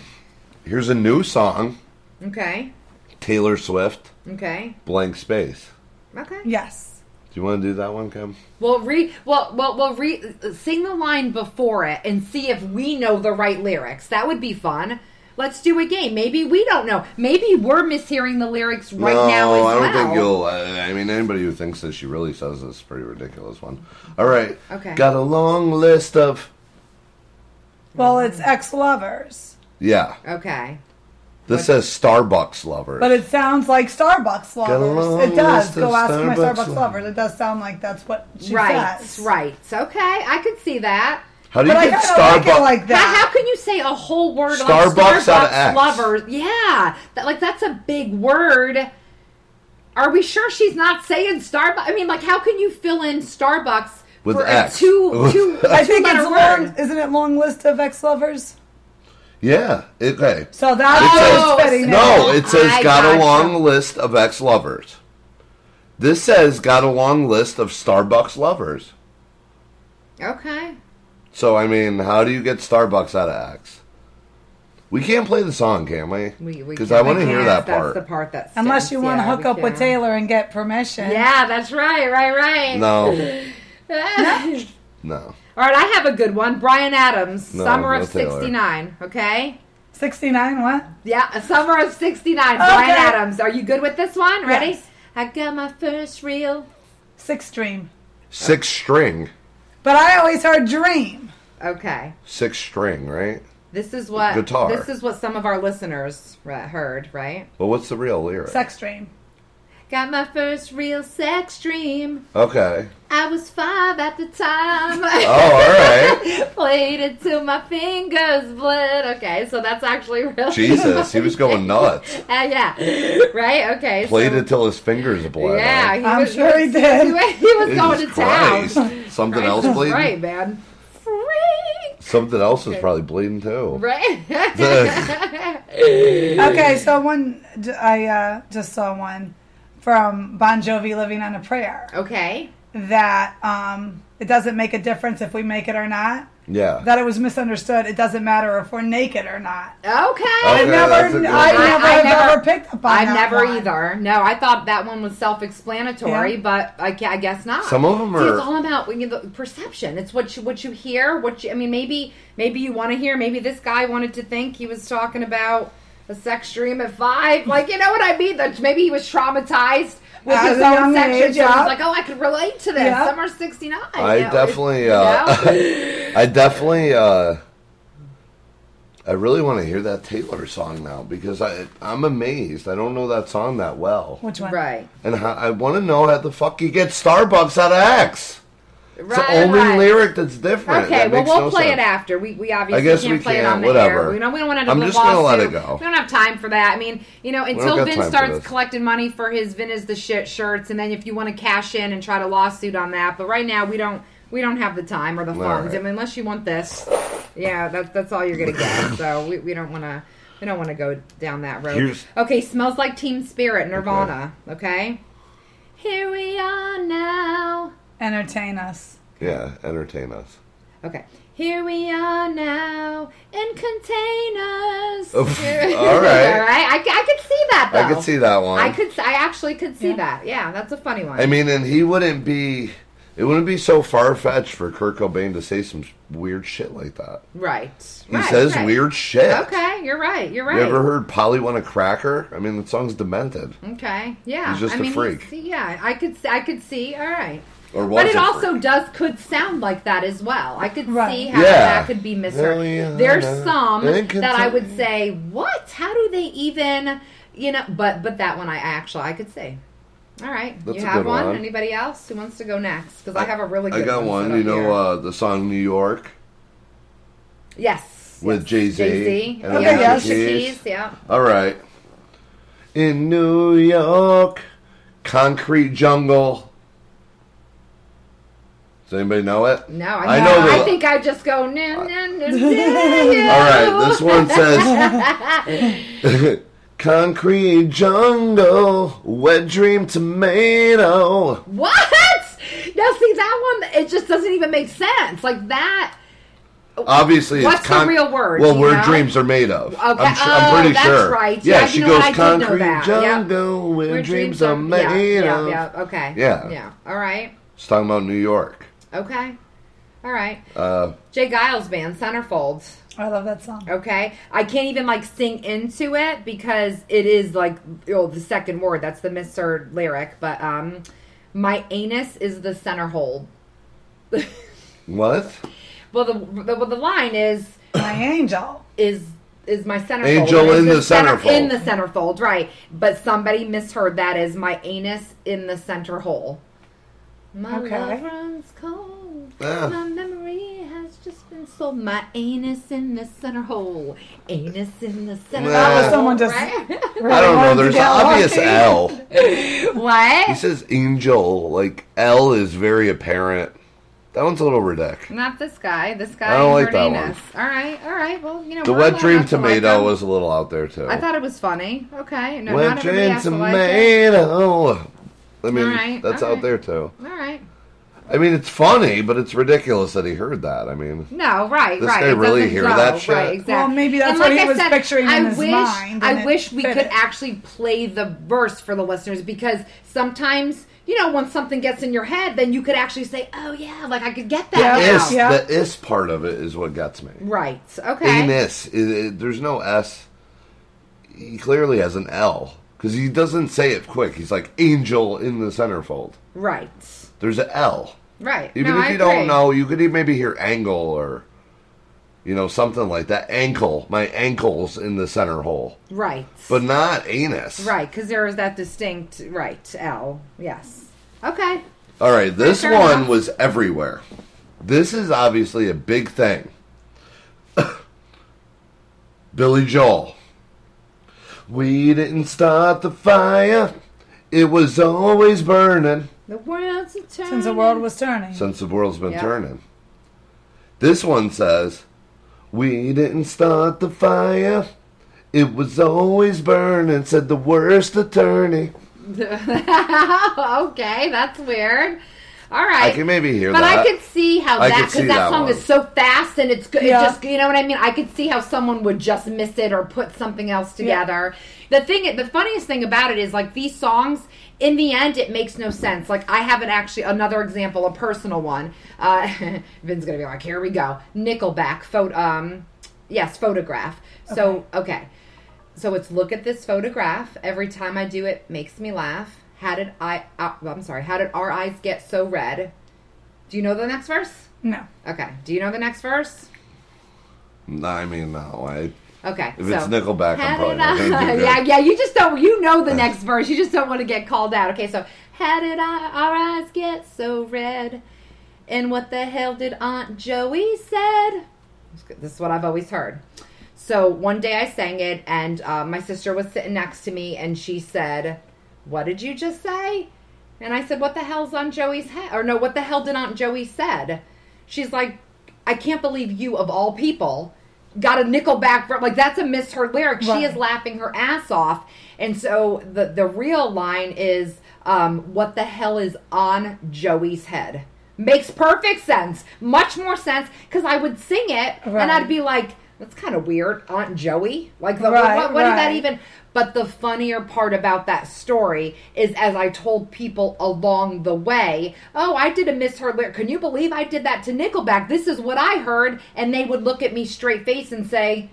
Speaker 2: Here's a new song
Speaker 1: Okay,
Speaker 2: Taylor Swift,
Speaker 1: okay,
Speaker 2: Blank Space.
Speaker 1: okay.
Speaker 3: Yes.
Speaker 2: Do you want to do that one, Kim?
Speaker 1: Well, re well, well, well, re sing the line before it and see if we know the right lyrics. That would be fun. Let's do a game. Maybe we don't know. Maybe we're mishearing the lyrics right
Speaker 2: no,
Speaker 1: now as
Speaker 2: I don't
Speaker 1: well.
Speaker 2: think you'll. Uh, I mean, anybody who thinks that she really says this is a pretty ridiculous one. All right.
Speaker 1: Okay.
Speaker 2: Got a long list of.
Speaker 3: Well, it's ex lovers,
Speaker 2: Yeah.
Speaker 1: Okay.
Speaker 2: This says Starbucks lovers.
Speaker 3: but it sounds like Starbucks
Speaker 2: long
Speaker 3: lovers. It does.
Speaker 2: list
Speaker 3: Go
Speaker 2: of
Speaker 3: ask my
Speaker 2: Starbucks
Speaker 3: Starbucks
Speaker 2: lovers.
Speaker 3: lovers. It does sound like that's what she
Speaker 1: right.
Speaker 3: says.
Speaker 1: Right. Okay. I could see that.
Speaker 2: How do you
Speaker 3: But I
Speaker 2: get
Speaker 3: kind of like
Speaker 2: Starbucks?
Speaker 3: it like
Speaker 1: How, how
Speaker 3: that.
Speaker 1: can you say a whole word like
Speaker 2: Starbucks out of
Speaker 1: Starbucks
Speaker 2: X.
Speaker 1: lovers? Yeah. That, like that's a big word. Are we sure she's not saying Starbucks? I mean, like, how can you fill in Starbucks
Speaker 2: With
Speaker 1: for
Speaker 2: X.
Speaker 1: a two
Speaker 3: (laughs)
Speaker 1: two?
Speaker 3: I think
Speaker 1: two-letter
Speaker 3: it's
Speaker 1: word?
Speaker 3: long. Isn't it long list of ex lovers?
Speaker 2: yeah. Okay.
Speaker 3: So that's
Speaker 1: Oh,
Speaker 3: what's fitting.
Speaker 2: No,
Speaker 1: Yeah.
Speaker 2: it says
Speaker 1: I
Speaker 2: got a
Speaker 1: gotcha.
Speaker 2: long list of ex lovers. This says got a long list of Starbucks lovers.
Speaker 1: Okay.
Speaker 2: So I mean, how do you get Starbucks out of X? We can't play the song, can we?
Speaker 1: We we
Speaker 2: Because
Speaker 1: can-
Speaker 2: I want to
Speaker 1: we
Speaker 2: hear
Speaker 1: can.
Speaker 2: that
Speaker 1: that's
Speaker 2: part.
Speaker 1: the part that
Speaker 3: Unless
Speaker 1: stinks.
Speaker 3: you want to
Speaker 1: Yeah,
Speaker 3: hook
Speaker 1: we
Speaker 3: up with
Speaker 1: can.
Speaker 3: Taylor and get permission.
Speaker 1: Yeah, that's right, right, right.
Speaker 2: No, no.
Speaker 1: (laughs) All right, I have a good one. Brian Adams,
Speaker 2: No,
Speaker 1: Summer of
Speaker 2: no Taylor.
Speaker 1: '69. Okay.
Speaker 3: 69, what?
Speaker 1: Yeah, a Summer of '69.
Speaker 3: Okay.
Speaker 1: Brian Adams. Are you good with this one? Ready?
Speaker 3: Yes.
Speaker 1: I got my first real.
Speaker 3: Six Dream.
Speaker 4: Six string.
Speaker 3: But I always heard Dream.
Speaker 1: Okay.
Speaker 4: Six string, right?
Speaker 1: This is what
Speaker 2: Guitar.
Speaker 1: This is what some of our listeners uh, heard, right?
Speaker 2: Well, what's the real lyric?
Speaker 3: Sex Dream.
Speaker 1: Got my first real sex dream. (laughs)
Speaker 2: Okay.
Speaker 1: I was five at the time.
Speaker 2: (laughs) Oh, all right.
Speaker 1: (laughs) Played it till my fingers bled. Okay, so that's actually (laughs) real.
Speaker 2: Jesus, he was
Speaker 1: (laughs)
Speaker 2: going nuts.
Speaker 1: Uh, yeah. Right? Okay.
Speaker 2: Played
Speaker 1: so,
Speaker 2: it till his fingers bled.
Speaker 1: Yeah,
Speaker 2: out.
Speaker 1: he
Speaker 3: I'm
Speaker 1: was,
Speaker 3: sure he did.
Speaker 1: He was, he was
Speaker 2: Jesus
Speaker 1: going to (laughs)
Speaker 2: Christ.
Speaker 1: town.
Speaker 2: Something
Speaker 1: Right,
Speaker 2: else
Speaker 1: that's
Speaker 2: bleeding.
Speaker 1: Right, man. Freak.
Speaker 2: Something else is probably bleeding too.
Speaker 1: Right?
Speaker 3: Okay, so one, I uh, just saw one from Bon Jovi Living on a Prayer
Speaker 1: (laughs) okay.
Speaker 3: that um, it doesn't make a difference if we make it or not.
Speaker 2: Yeah.
Speaker 3: That it was misunderstood. It doesn't matter if we're naked or not.
Speaker 1: Okay.
Speaker 3: I
Speaker 2: Okay,
Speaker 3: never,
Speaker 2: that's a good
Speaker 3: I
Speaker 2: one.
Speaker 3: never,
Speaker 1: I- I
Speaker 3: never,
Speaker 1: never-
Speaker 3: picked up on
Speaker 1: I
Speaker 3: that
Speaker 1: never
Speaker 3: one.
Speaker 1: either. No, I thought that one was self-explanatory,
Speaker 3: Yeah.
Speaker 1: but I, ca- I guess not.
Speaker 2: Some of 'em
Speaker 1: See,
Speaker 2: are-
Speaker 1: It's all about you know, the perception. It's what you what you hear. What you, I mean, maybe maybe you want to hear. Maybe this guy wanted to think he was talking about a sex dream at five. Like you know what I mean? That maybe he was traumatized with
Speaker 3: At
Speaker 1: his
Speaker 3: a young
Speaker 1: own sex
Speaker 3: age,
Speaker 1: dream. So he
Speaker 3: yeah.
Speaker 1: was like, oh, I could relate to this.
Speaker 3: Yeah.
Speaker 1: Summer '69.
Speaker 2: I
Speaker 1: you know,
Speaker 2: definitely,
Speaker 1: you
Speaker 2: uh, (laughs)
Speaker 1: know? (laughs)
Speaker 2: I definitely. uh I really want to hear that Taylor song now because I I'm amazed. I don't know that song that well,
Speaker 3: Which one?
Speaker 1: right.
Speaker 2: and how, I want to know how the fuck you get Starbucks out of X. It's
Speaker 1: Right,
Speaker 2: the only
Speaker 1: right.
Speaker 2: lyric that's different.
Speaker 1: Okay,
Speaker 2: That
Speaker 1: well,
Speaker 2: makes
Speaker 1: we'll
Speaker 2: no
Speaker 1: play it
Speaker 2: sense.
Speaker 1: after. We, we obviously
Speaker 2: I guess
Speaker 1: can't
Speaker 2: we
Speaker 1: play it
Speaker 2: can't,
Speaker 1: on the
Speaker 2: whatever.
Speaker 1: air. We don't, we don't want to
Speaker 2: I'm just gonna let it go.
Speaker 1: We don't have time for that. I mean, you know,
Speaker 2: don't
Speaker 1: until
Speaker 2: got
Speaker 1: Vin
Speaker 2: time for
Speaker 1: starts
Speaker 2: this.
Speaker 1: collecting money for his Vin is the shit shirts, and then if you want to cash in and try to lawsuit on that, but right now we don't we don't have the time or the funds.
Speaker 2: right.
Speaker 1: I mean, unless you want this, yeah, that, that's all you're gonna
Speaker 2: (laughs)
Speaker 1: get. so we, we don't want to we don't want to go down that road.
Speaker 2: Here's-
Speaker 1: okay, smells like Team Spirit, Nirvana. okay? here we are now.
Speaker 3: Entertain us.
Speaker 2: Yeah, entertain us.
Speaker 1: Okay. Here we are now in containers.
Speaker 2: Oof.
Speaker 1: (laughs) Here-
Speaker 2: All right.
Speaker 1: All right. I, c- I could see that though.
Speaker 2: I could see that one.
Speaker 1: I could. s- I actually could see that. Yeah, that's a funny one.
Speaker 2: I mean, and he wouldn't be. It wouldn't be so far fetched for Kurt Cobain to say some weird shit like that.
Speaker 1: right.
Speaker 2: He
Speaker 1: right,
Speaker 2: says
Speaker 1: right.
Speaker 2: weird shit.
Speaker 1: Okay, you're right. You're right.
Speaker 2: You ever heard Polly Want a Cracker? I mean, the song's demented.
Speaker 1: Okay. Yeah.
Speaker 2: He's just
Speaker 1: I
Speaker 2: a
Speaker 1: mean,
Speaker 2: freak.
Speaker 1: he's- Yeah, I could. s- I could see. All right.
Speaker 2: Or was
Speaker 1: But it
Speaker 2: a
Speaker 1: also
Speaker 2: freak.
Speaker 1: does could sound like that as well. I could
Speaker 3: Right.
Speaker 1: see how
Speaker 2: Yeah.
Speaker 1: that could be misheard.
Speaker 2: Hell yeah.
Speaker 1: There's some
Speaker 2: It could
Speaker 1: that I
Speaker 2: sound-
Speaker 1: would say, what? How do they even? You know, but but that one I actually I could see. All right,
Speaker 2: That's
Speaker 1: you
Speaker 2: a
Speaker 1: have
Speaker 2: good
Speaker 1: one?
Speaker 2: one.
Speaker 1: Anybody else who wants to go next? Because I, have a really good.
Speaker 2: I got one.
Speaker 1: set
Speaker 2: You
Speaker 1: up here.
Speaker 2: know uh, the song New York
Speaker 1: yes.
Speaker 2: with Jay Z.
Speaker 1: Jay Z.
Speaker 3: Okay, yeah,
Speaker 1: Alicia Keys. Yeah.
Speaker 2: All right. In New York, concrete jungle. Does anybody know it?
Speaker 1: No,
Speaker 2: I
Speaker 1: I,
Speaker 2: know
Speaker 1: know. I
Speaker 2: the-
Speaker 1: think I just go. No, no, no,
Speaker 2: (laughs) All right, this one says (laughs) Concrete jungle, wet dream tomato.
Speaker 1: What? Now, see that one. It just doesn't even make sense. Like that.
Speaker 2: Obviously,
Speaker 1: What's
Speaker 2: it's
Speaker 1: the real word,
Speaker 2: Well,
Speaker 1: you
Speaker 2: where
Speaker 1: know?
Speaker 2: dreams are made of. Okay.
Speaker 1: Okay,
Speaker 2: I'm, su- I'm
Speaker 1: oh,
Speaker 2: pretty
Speaker 1: that's
Speaker 2: sure.
Speaker 1: right.
Speaker 2: Yeah,
Speaker 1: Yeah,
Speaker 2: she
Speaker 1: you know
Speaker 2: goes
Speaker 1: what? I did know
Speaker 2: concrete
Speaker 1: that. Yeah.
Speaker 2: jungle where, dreams, are made
Speaker 1: yeah,
Speaker 2: of.
Speaker 1: Yeah, yeah, okay.
Speaker 2: Yeah.
Speaker 1: Yeah. All right.
Speaker 2: It's talking about New York.
Speaker 1: Okay. All right.
Speaker 2: Uh,
Speaker 1: Jay Giles band, Centerfold.
Speaker 3: I love that song.
Speaker 1: Okay. I can't even like sing into it because it is like oh the second word. That's the misheard lyric. But um my anus is the center hold.
Speaker 2: what?
Speaker 1: (laughs) Well the the, well, the line is
Speaker 3: My angel.
Speaker 1: is is my centerfold.
Speaker 2: Angel
Speaker 1: It's
Speaker 2: in the centerfold.
Speaker 1: In the centerfold, right. But somebody misheard that as my anus in the center hole. My
Speaker 3: Okay.
Speaker 1: love runs cold.
Speaker 2: Yeah.
Speaker 1: My memory has just been sold. My anus in the center hole. Anus in the center
Speaker 2: That was
Speaker 1: hole.
Speaker 3: someone just- (laughs)
Speaker 1: right? (laughs)
Speaker 2: I don't know. There's an obvious
Speaker 3: L.
Speaker 2: L. He
Speaker 1: what?
Speaker 2: says angel. Like L is very apparent. That one's a little ridiculous.
Speaker 1: Not this guy. This guy.
Speaker 2: I don't
Speaker 1: in
Speaker 2: like that
Speaker 1: Cardenas. All right. All right. Well, you know
Speaker 2: The
Speaker 1: we're
Speaker 2: wet
Speaker 1: allowed
Speaker 2: dream
Speaker 1: not to like
Speaker 2: tomato
Speaker 1: him.
Speaker 2: was a little out there too.
Speaker 1: I thought it was funny. Okay. No,
Speaker 2: wet
Speaker 1: not everybody
Speaker 2: dream
Speaker 1: has to like it.
Speaker 2: tomato. I mean,
Speaker 1: Alright,
Speaker 2: that's out
Speaker 1: alright.
Speaker 2: there too.
Speaker 1: All right.
Speaker 2: I mean, it's funny, but it's ridiculous that he heard that. I mean,
Speaker 1: No, right,
Speaker 2: Does
Speaker 1: right.
Speaker 2: they
Speaker 1: It
Speaker 2: really
Speaker 1: doesn't
Speaker 2: hear
Speaker 1: grow,
Speaker 2: that shit?
Speaker 1: Right, exactly.
Speaker 3: Well, maybe that's
Speaker 1: and
Speaker 3: what
Speaker 1: like
Speaker 3: he
Speaker 1: I
Speaker 3: was
Speaker 1: said,
Speaker 3: picturing in
Speaker 1: I
Speaker 3: his
Speaker 1: wish,
Speaker 3: mind, and
Speaker 1: I
Speaker 3: it
Speaker 1: wish we
Speaker 3: fit
Speaker 1: could
Speaker 3: it.
Speaker 1: actually play the verse for the listeners because sometimes, you know, once something gets in your head, then you could actually say, oh, yeah, like I could get that
Speaker 3: Yeah.
Speaker 1: now.
Speaker 2: is
Speaker 3: Yeah.
Speaker 2: the is part of it is what gets me.
Speaker 1: Right, okay.
Speaker 2: Anus. It, it- there's no S. He clearly has an L because he doesn't say it quick. He's like angel in the centerfold.
Speaker 1: Right,
Speaker 2: There's an L.
Speaker 1: right.
Speaker 2: Even
Speaker 1: No,
Speaker 2: if
Speaker 1: I
Speaker 2: you
Speaker 1: agree.
Speaker 2: don't know, you could e- maybe hear angle or, you know, something like that. Ankle. My ankle's in the center hole,
Speaker 1: Right.
Speaker 2: but not anus.
Speaker 1: Right, because there is that distinct right L. Yes. Okay.
Speaker 2: All right, this
Speaker 1: Fair
Speaker 2: one
Speaker 1: enough.
Speaker 2: was everywhere. This is obviously a big thing. (coughs) Billy Joel. We didn't start the fire. It was always burning
Speaker 1: The world's a turn.
Speaker 3: Since the world was turning.
Speaker 2: since the world's been
Speaker 1: Yeah.
Speaker 2: turning. This one says, We didn't start the fire. It was always burning, said the worst attorney.
Speaker 1: (laughs) okay, that's weird. All right.
Speaker 2: I can maybe hear
Speaker 1: But
Speaker 2: that.
Speaker 1: I could see how
Speaker 2: I
Speaker 1: that
Speaker 2: could see
Speaker 1: because that,
Speaker 2: that
Speaker 1: song
Speaker 2: one.
Speaker 1: is so fast and it's good.
Speaker 3: Yeah.
Speaker 1: It just you know what I mean. I could see how someone would just miss it or put something else
Speaker 3: Yeah.
Speaker 1: together. The thing, the funniest thing about it is like these songs. In the end, it makes no sense. Like I have an actually another example, a personal one. Uh, (laughs) Vin's gonna be like, "Here we go." Nickelback, photo, um, yes, photograph. So okay, so it's look at this photograph. Every time I do it, makes me laugh. How did I? Uh, I'm sorry. How did our eyes get so red? Do you know the next verse?
Speaker 3: No.
Speaker 1: Okay. Do you know the next verse?
Speaker 2: No, I mean, no. I,
Speaker 1: Okay.
Speaker 2: If it's Nickelback, I'm probably not
Speaker 1: did (laughs)
Speaker 2: gonna
Speaker 1: I-
Speaker 2: do good.
Speaker 1: Yeah, yeah. You just don't. You know
Speaker 2: (laughs)
Speaker 1: the next verse. You just don't want to get called out. Okay. So how did I, our eyes get so red? And what the hell did Aunt Joey said? This is what I've always heard. So one day I sang it, and uh, my sister was sitting next to me, and she said, "What did you just say?" And I said, "What the hell's on Joey's head?" Or no, "What the hell did Aunt Joey said?" She's like, "I can't believe you of all people got a Nickelback bro- like that's a misheard lyric."
Speaker 3: Right.
Speaker 1: She is laughing her ass off, and so the the real line is, um, "What the hell is on Joey's head?" Makes perfect sense, much more sense because I would sing it
Speaker 3: Right.
Speaker 1: and I'd be like. That's kind of weird, Aunt Joey. Like, the,
Speaker 3: Right,
Speaker 1: what, what did that
Speaker 3: right.
Speaker 1: even? But the funnier part about that story is as I told people along the way, oh, I did a misheard lyric. Can you believe I did that to Nickelback? This is what I heard. And they would look at me straight face and say,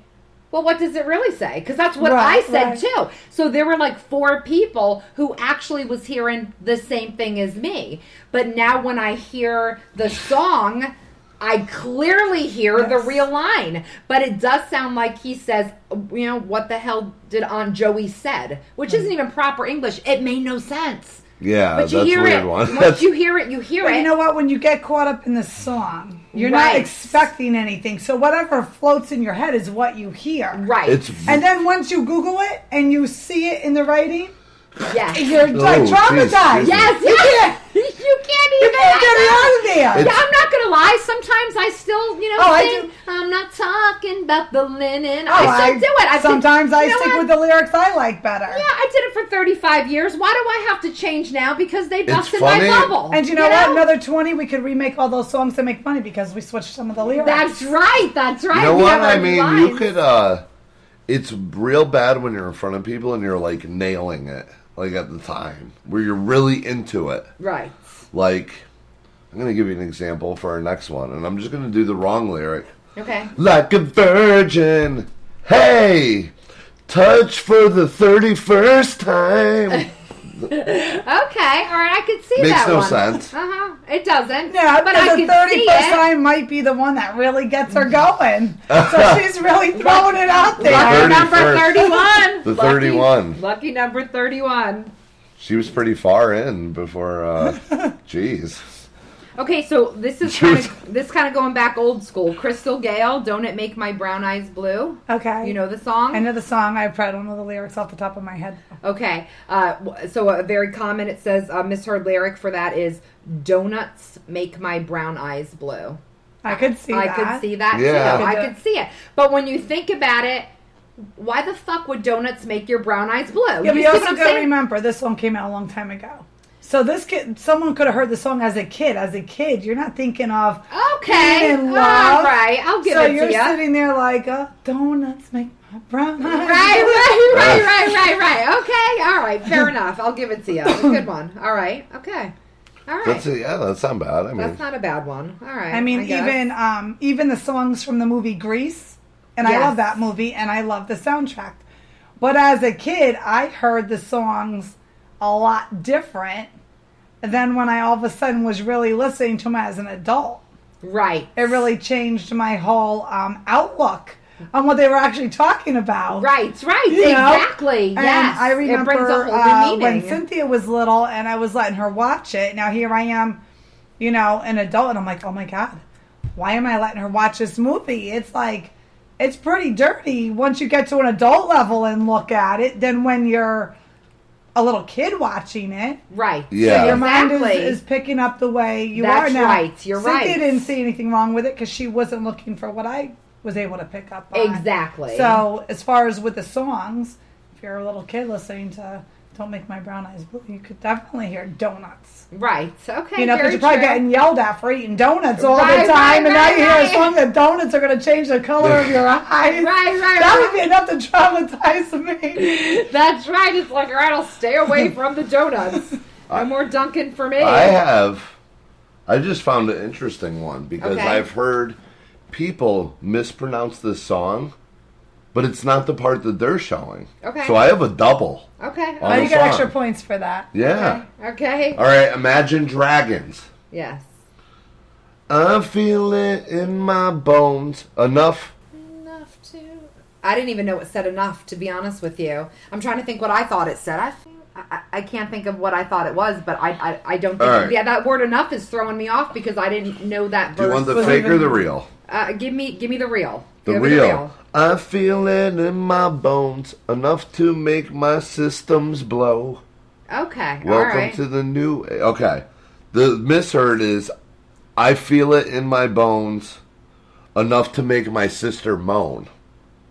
Speaker 1: well, what does it really say? Because that's what
Speaker 3: Right,
Speaker 1: I said
Speaker 3: right.
Speaker 1: too. So there were like four people who actually was hearing the same thing as me. But now when I hear the song, I clearly hear the
Speaker 3: Yes.
Speaker 1: real line. But it does sound like he says, you know, what the hell did Aunt Joey said? Which isn't even proper English. It made no sense.
Speaker 2: yeah,
Speaker 1: But you
Speaker 2: that's a
Speaker 1: hear
Speaker 2: weird
Speaker 1: it.
Speaker 2: one. (laughs)
Speaker 1: Once you hear it, you hear
Speaker 3: But
Speaker 1: it.
Speaker 3: you know what? When you get caught up in the song, you're not
Speaker 1: Right.
Speaker 3: expecting anything. So whatever floats in your head is what you hear.
Speaker 1: right.
Speaker 2: It's
Speaker 3: And then once you Google it and you see it in the writing, (laughs)
Speaker 1: yes. yes.
Speaker 3: you're like
Speaker 2: Oh, geez,
Speaker 3: traumatized.
Speaker 2: geez.
Speaker 1: Yes. You can't, (laughs)
Speaker 3: You
Speaker 1: even.
Speaker 3: can't get it out of
Speaker 1: Yeah,
Speaker 3: there.
Speaker 1: I'm not gonna lie. Sometimes I still, you know,
Speaker 3: Oh, I
Speaker 1: sing,
Speaker 3: do.
Speaker 1: I'm not talking about the linen.
Speaker 3: Oh,
Speaker 1: I still do it. I
Speaker 3: sometimes I stick with
Speaker 1: The-
Speaker 3: the lyrics I like better.
Speaker 1: yeah, I did it for 35 years. Why do I have to change now? Because they busted
Speaker 2: funny.
Speaker 1: my bubble.
Speaker 3: And you know what? Another 20, we could remake all those songs to make money because we switched some of the lyrics.
Speaker 1: That's right. That's right.
Speaker 2: You know
Speaker 1: We
Speaker 2: what?
Speaker 1: have our
Speaker 2: I mean, you
Speaker 1: lines.
Speaker 2: could. uh It's real bad when you're in front of people and you're like nailing it, like at the time where you're really into it.
Speaker 1: Right.
Speaker 2: Like, I'm gonna give you an example for our next one, and I'm just gonna do the wrong lyric.
Speaker 1: Okay.
Speaker 2: Like a virgin, hey, touch for the thirty-first time.
Speaker 1: Okay. All right. I could see
Speaker 2: Makes
Speaker 1: that
Speaker 2: no
Speaker 1: one.
Speaker 2: sense.
Speaker 1: Uh huh. It doesn't.
Speaker 3: Yeah,
Speaker 1: but I
Speaker 3: the
Speaker 1: could see
Speaker 3: 31st
Speaker 1: it. Mm.
Speaker 3: time might be the one that really gets
Speaker 1: (laughs)
Speaker 3: her going. so she's really throwing it out
Speaker 1: Lucky
Speaker 3: there.
Speaker 2: Lucky
Speaker 1: number
Speaker 2: 31st.
Speaker 1: 31.
Speaker 3: (laughs)
Speaker 2: The
Speaker 1: Lucky-
Speaker 2: 31.
Speaker 1: Lucky number 31.
Speaker 2: She was pretty far in before. uh (laughs) Jeez.
Speaker 1: Okay, so this is kind of this kind of going back old school. Crystal Gale, "Don't It Make My Brown Eyes Blue."
Speaker 3: Okay.
Speaker 1: You know the song.
Speaker 3: I know the song. I probably don't know the lyrics off the top of my head.
Speaker 1: Okay, uh, w- so a very common it says a misheard lyric for that is "Donuts make my brown eyes blue."
Speaker 3: I could see
Speaker 1: I
Speaker 3: that.
Speaker 1: could see that
Speaker 2: Yeah.
Speaker 1: too.
Speaker 3: Could
Speaker 1: I
Speaker 3: do-
Speaker 1: could see it. But when you think about it, why the fuck would donuts make your brown eyes blue?
Speaker 3: Yeah,
Speaker 1: you
Speaker 3: but
Speaker 1: see
Speaker 3: you also
Speaker 1: what I'm
Speaker 3: got to
Speaker 1: saying?
Speaker 3: remember, this song came out a long time ago. So this kid, someone could have heard the song as a kid. As a kid, you're not thinking of
Speaker 1: Okay.
Speaker 3: being in
Speaker 1: All
Speaker 3: love.
Speaker 1: right. I'll give
Speaker 3: so
Speaker 1: it to
Speaker 3: you're
Speaker 1: ya.
Speaker 3: sitting there like, uh, donuts make my brown
Speaker 1: Right, right, right,
Speaker 2: (laughs)
Speaker 1: right, right, right. Okay, all right, fair enough. I'll give it to you. It's a good one. All right, okay, all right.
Speaker 2: That's
Speaker 1: That's,
Speaker 2: it. Yeah, that's not bad. I mean,
Speaker 1: not a bad one. All right.
Speaker 3: I mean,
Speaker 1: guess.
Speaker 3: even um, even the songs from the movie Grease, and I
Speaker 1: Yes.
Speaker 3: love that movie, and I love the soundtrack. But as a kid, I heard the songs a lot different than when I all of a sudden was really listening to them as an adult.
Speaker 1: right,
Speaker 3: It really changed my whole um, outlook on what they were actually talking about.
Speaker 1: right, right,
Speaker 3: You know?
Speaker 1: exactly.
Speaker 3: And
Speaker 1: yes,
Speaker 3: I remember
Speaker 1: it brings a whole
Speaker 3: uh,
Speaker 1: new
Speaker 3: when
Speaker 1: meaning.
Speaker 3: Cynthia was little and I was letting her watch it. Now here I am, you know, an adult, and I'm like, oh my god, why am I letting her watch this movie? It's like, it's pretty dirty once you get to an adult level and look at it than when you're a little kid watching it.
Speaker 1: right.
Speaker 2: Yeah.
Speaker 3: Your mind
Speaker 1: Exactly.
Speaker 3: is, is picking up the way you
Speaker 1: That's
Speaker 3: are now.
Speaker 1: right. You're
Speaker 3: Cynthia
Speaker 1: right.
Speaker 3: didn't see anything wrong with it because she wasn't looking for what I was able to pick up on.
Speaker 1: Exactly.
Speaker 3: So as far as with the songs, if you're a little kid listening to "Don't Make My Brown Eyes Blue," you could definitely hear donuts.
Speaker 1: right. Okay.
Speaker 3: You know,
Speaker 1: very
Speaker 3: because you're probably
Speaker 1: true.
Speaker 3: getting yelled at for eating donuts all
Speaker 1: Right,
Speaker 3: the time,
Speaker 1: right,
Speaker 3: and now
Speaker 1: right,
Speaker 3: you hear
Speaker 1: right.
Speaker 3: a song that donuts are going to change the color of your eyes.
Speaker 1: Right, right,
Speaker 3: That
Speaker 1: right.
Speaker 3: would be enough to traumatize me.
Speaker 1: (laughs) That's right. It's like, all right, I'll stay
Speaker 3: (laughs)
Speaker 1: away from the donuts. No more Dunkin' for me.
Speaker 2: I have. I just found an interesting one because
Speaker 1: Okay.
Speaker 2: I've heard people mispronounce this song, but it's not the part that they're showing.
Speaker 1: Okay.
Speaker 2: So I have a double.
Speaker 1: okay.
Speaker 2: On
Speaker 3: Oh,
Speaker 2: the
Speaker 3: you get
Speaker 2: song.
Speaker 3: extra points for that.
Speaker 2: Yeah.
Speaker 1: Okay.
Speaker 2: All right. Imagine Dragons.
Speaker 1: Yes.
Speaker 2: I feel it in my bones. Enough.
Speaker 1: Enough to. I didn't even know it said enough, to be honest with you. I'm trying to think what I thought it said. I, I, I can't think of what I thought it was, but I, I, I don't think.
Speaker 2: All right.
Speaker 1: Yeah, that word enough is throwing me off because I didn't know that verse.
Speaker 2: Do you want the
Speaker 3: was
Speaker 2: fake or
Speaker 3: even-
Speaker 2: the real?
Speaker 1: uh, give me, give me the real.
Speaker 2: The
Speaker 1: Give me
Speaker 2: real. I feel it in my bones. Enough to make my systems blow.
Speaker 1: Okay. all
Speaker 2: Welcome
Speaker 1: right.
Speaker 2: to the new. Okay, the misheard is, I feel it in my bones, enough to make my sister moan.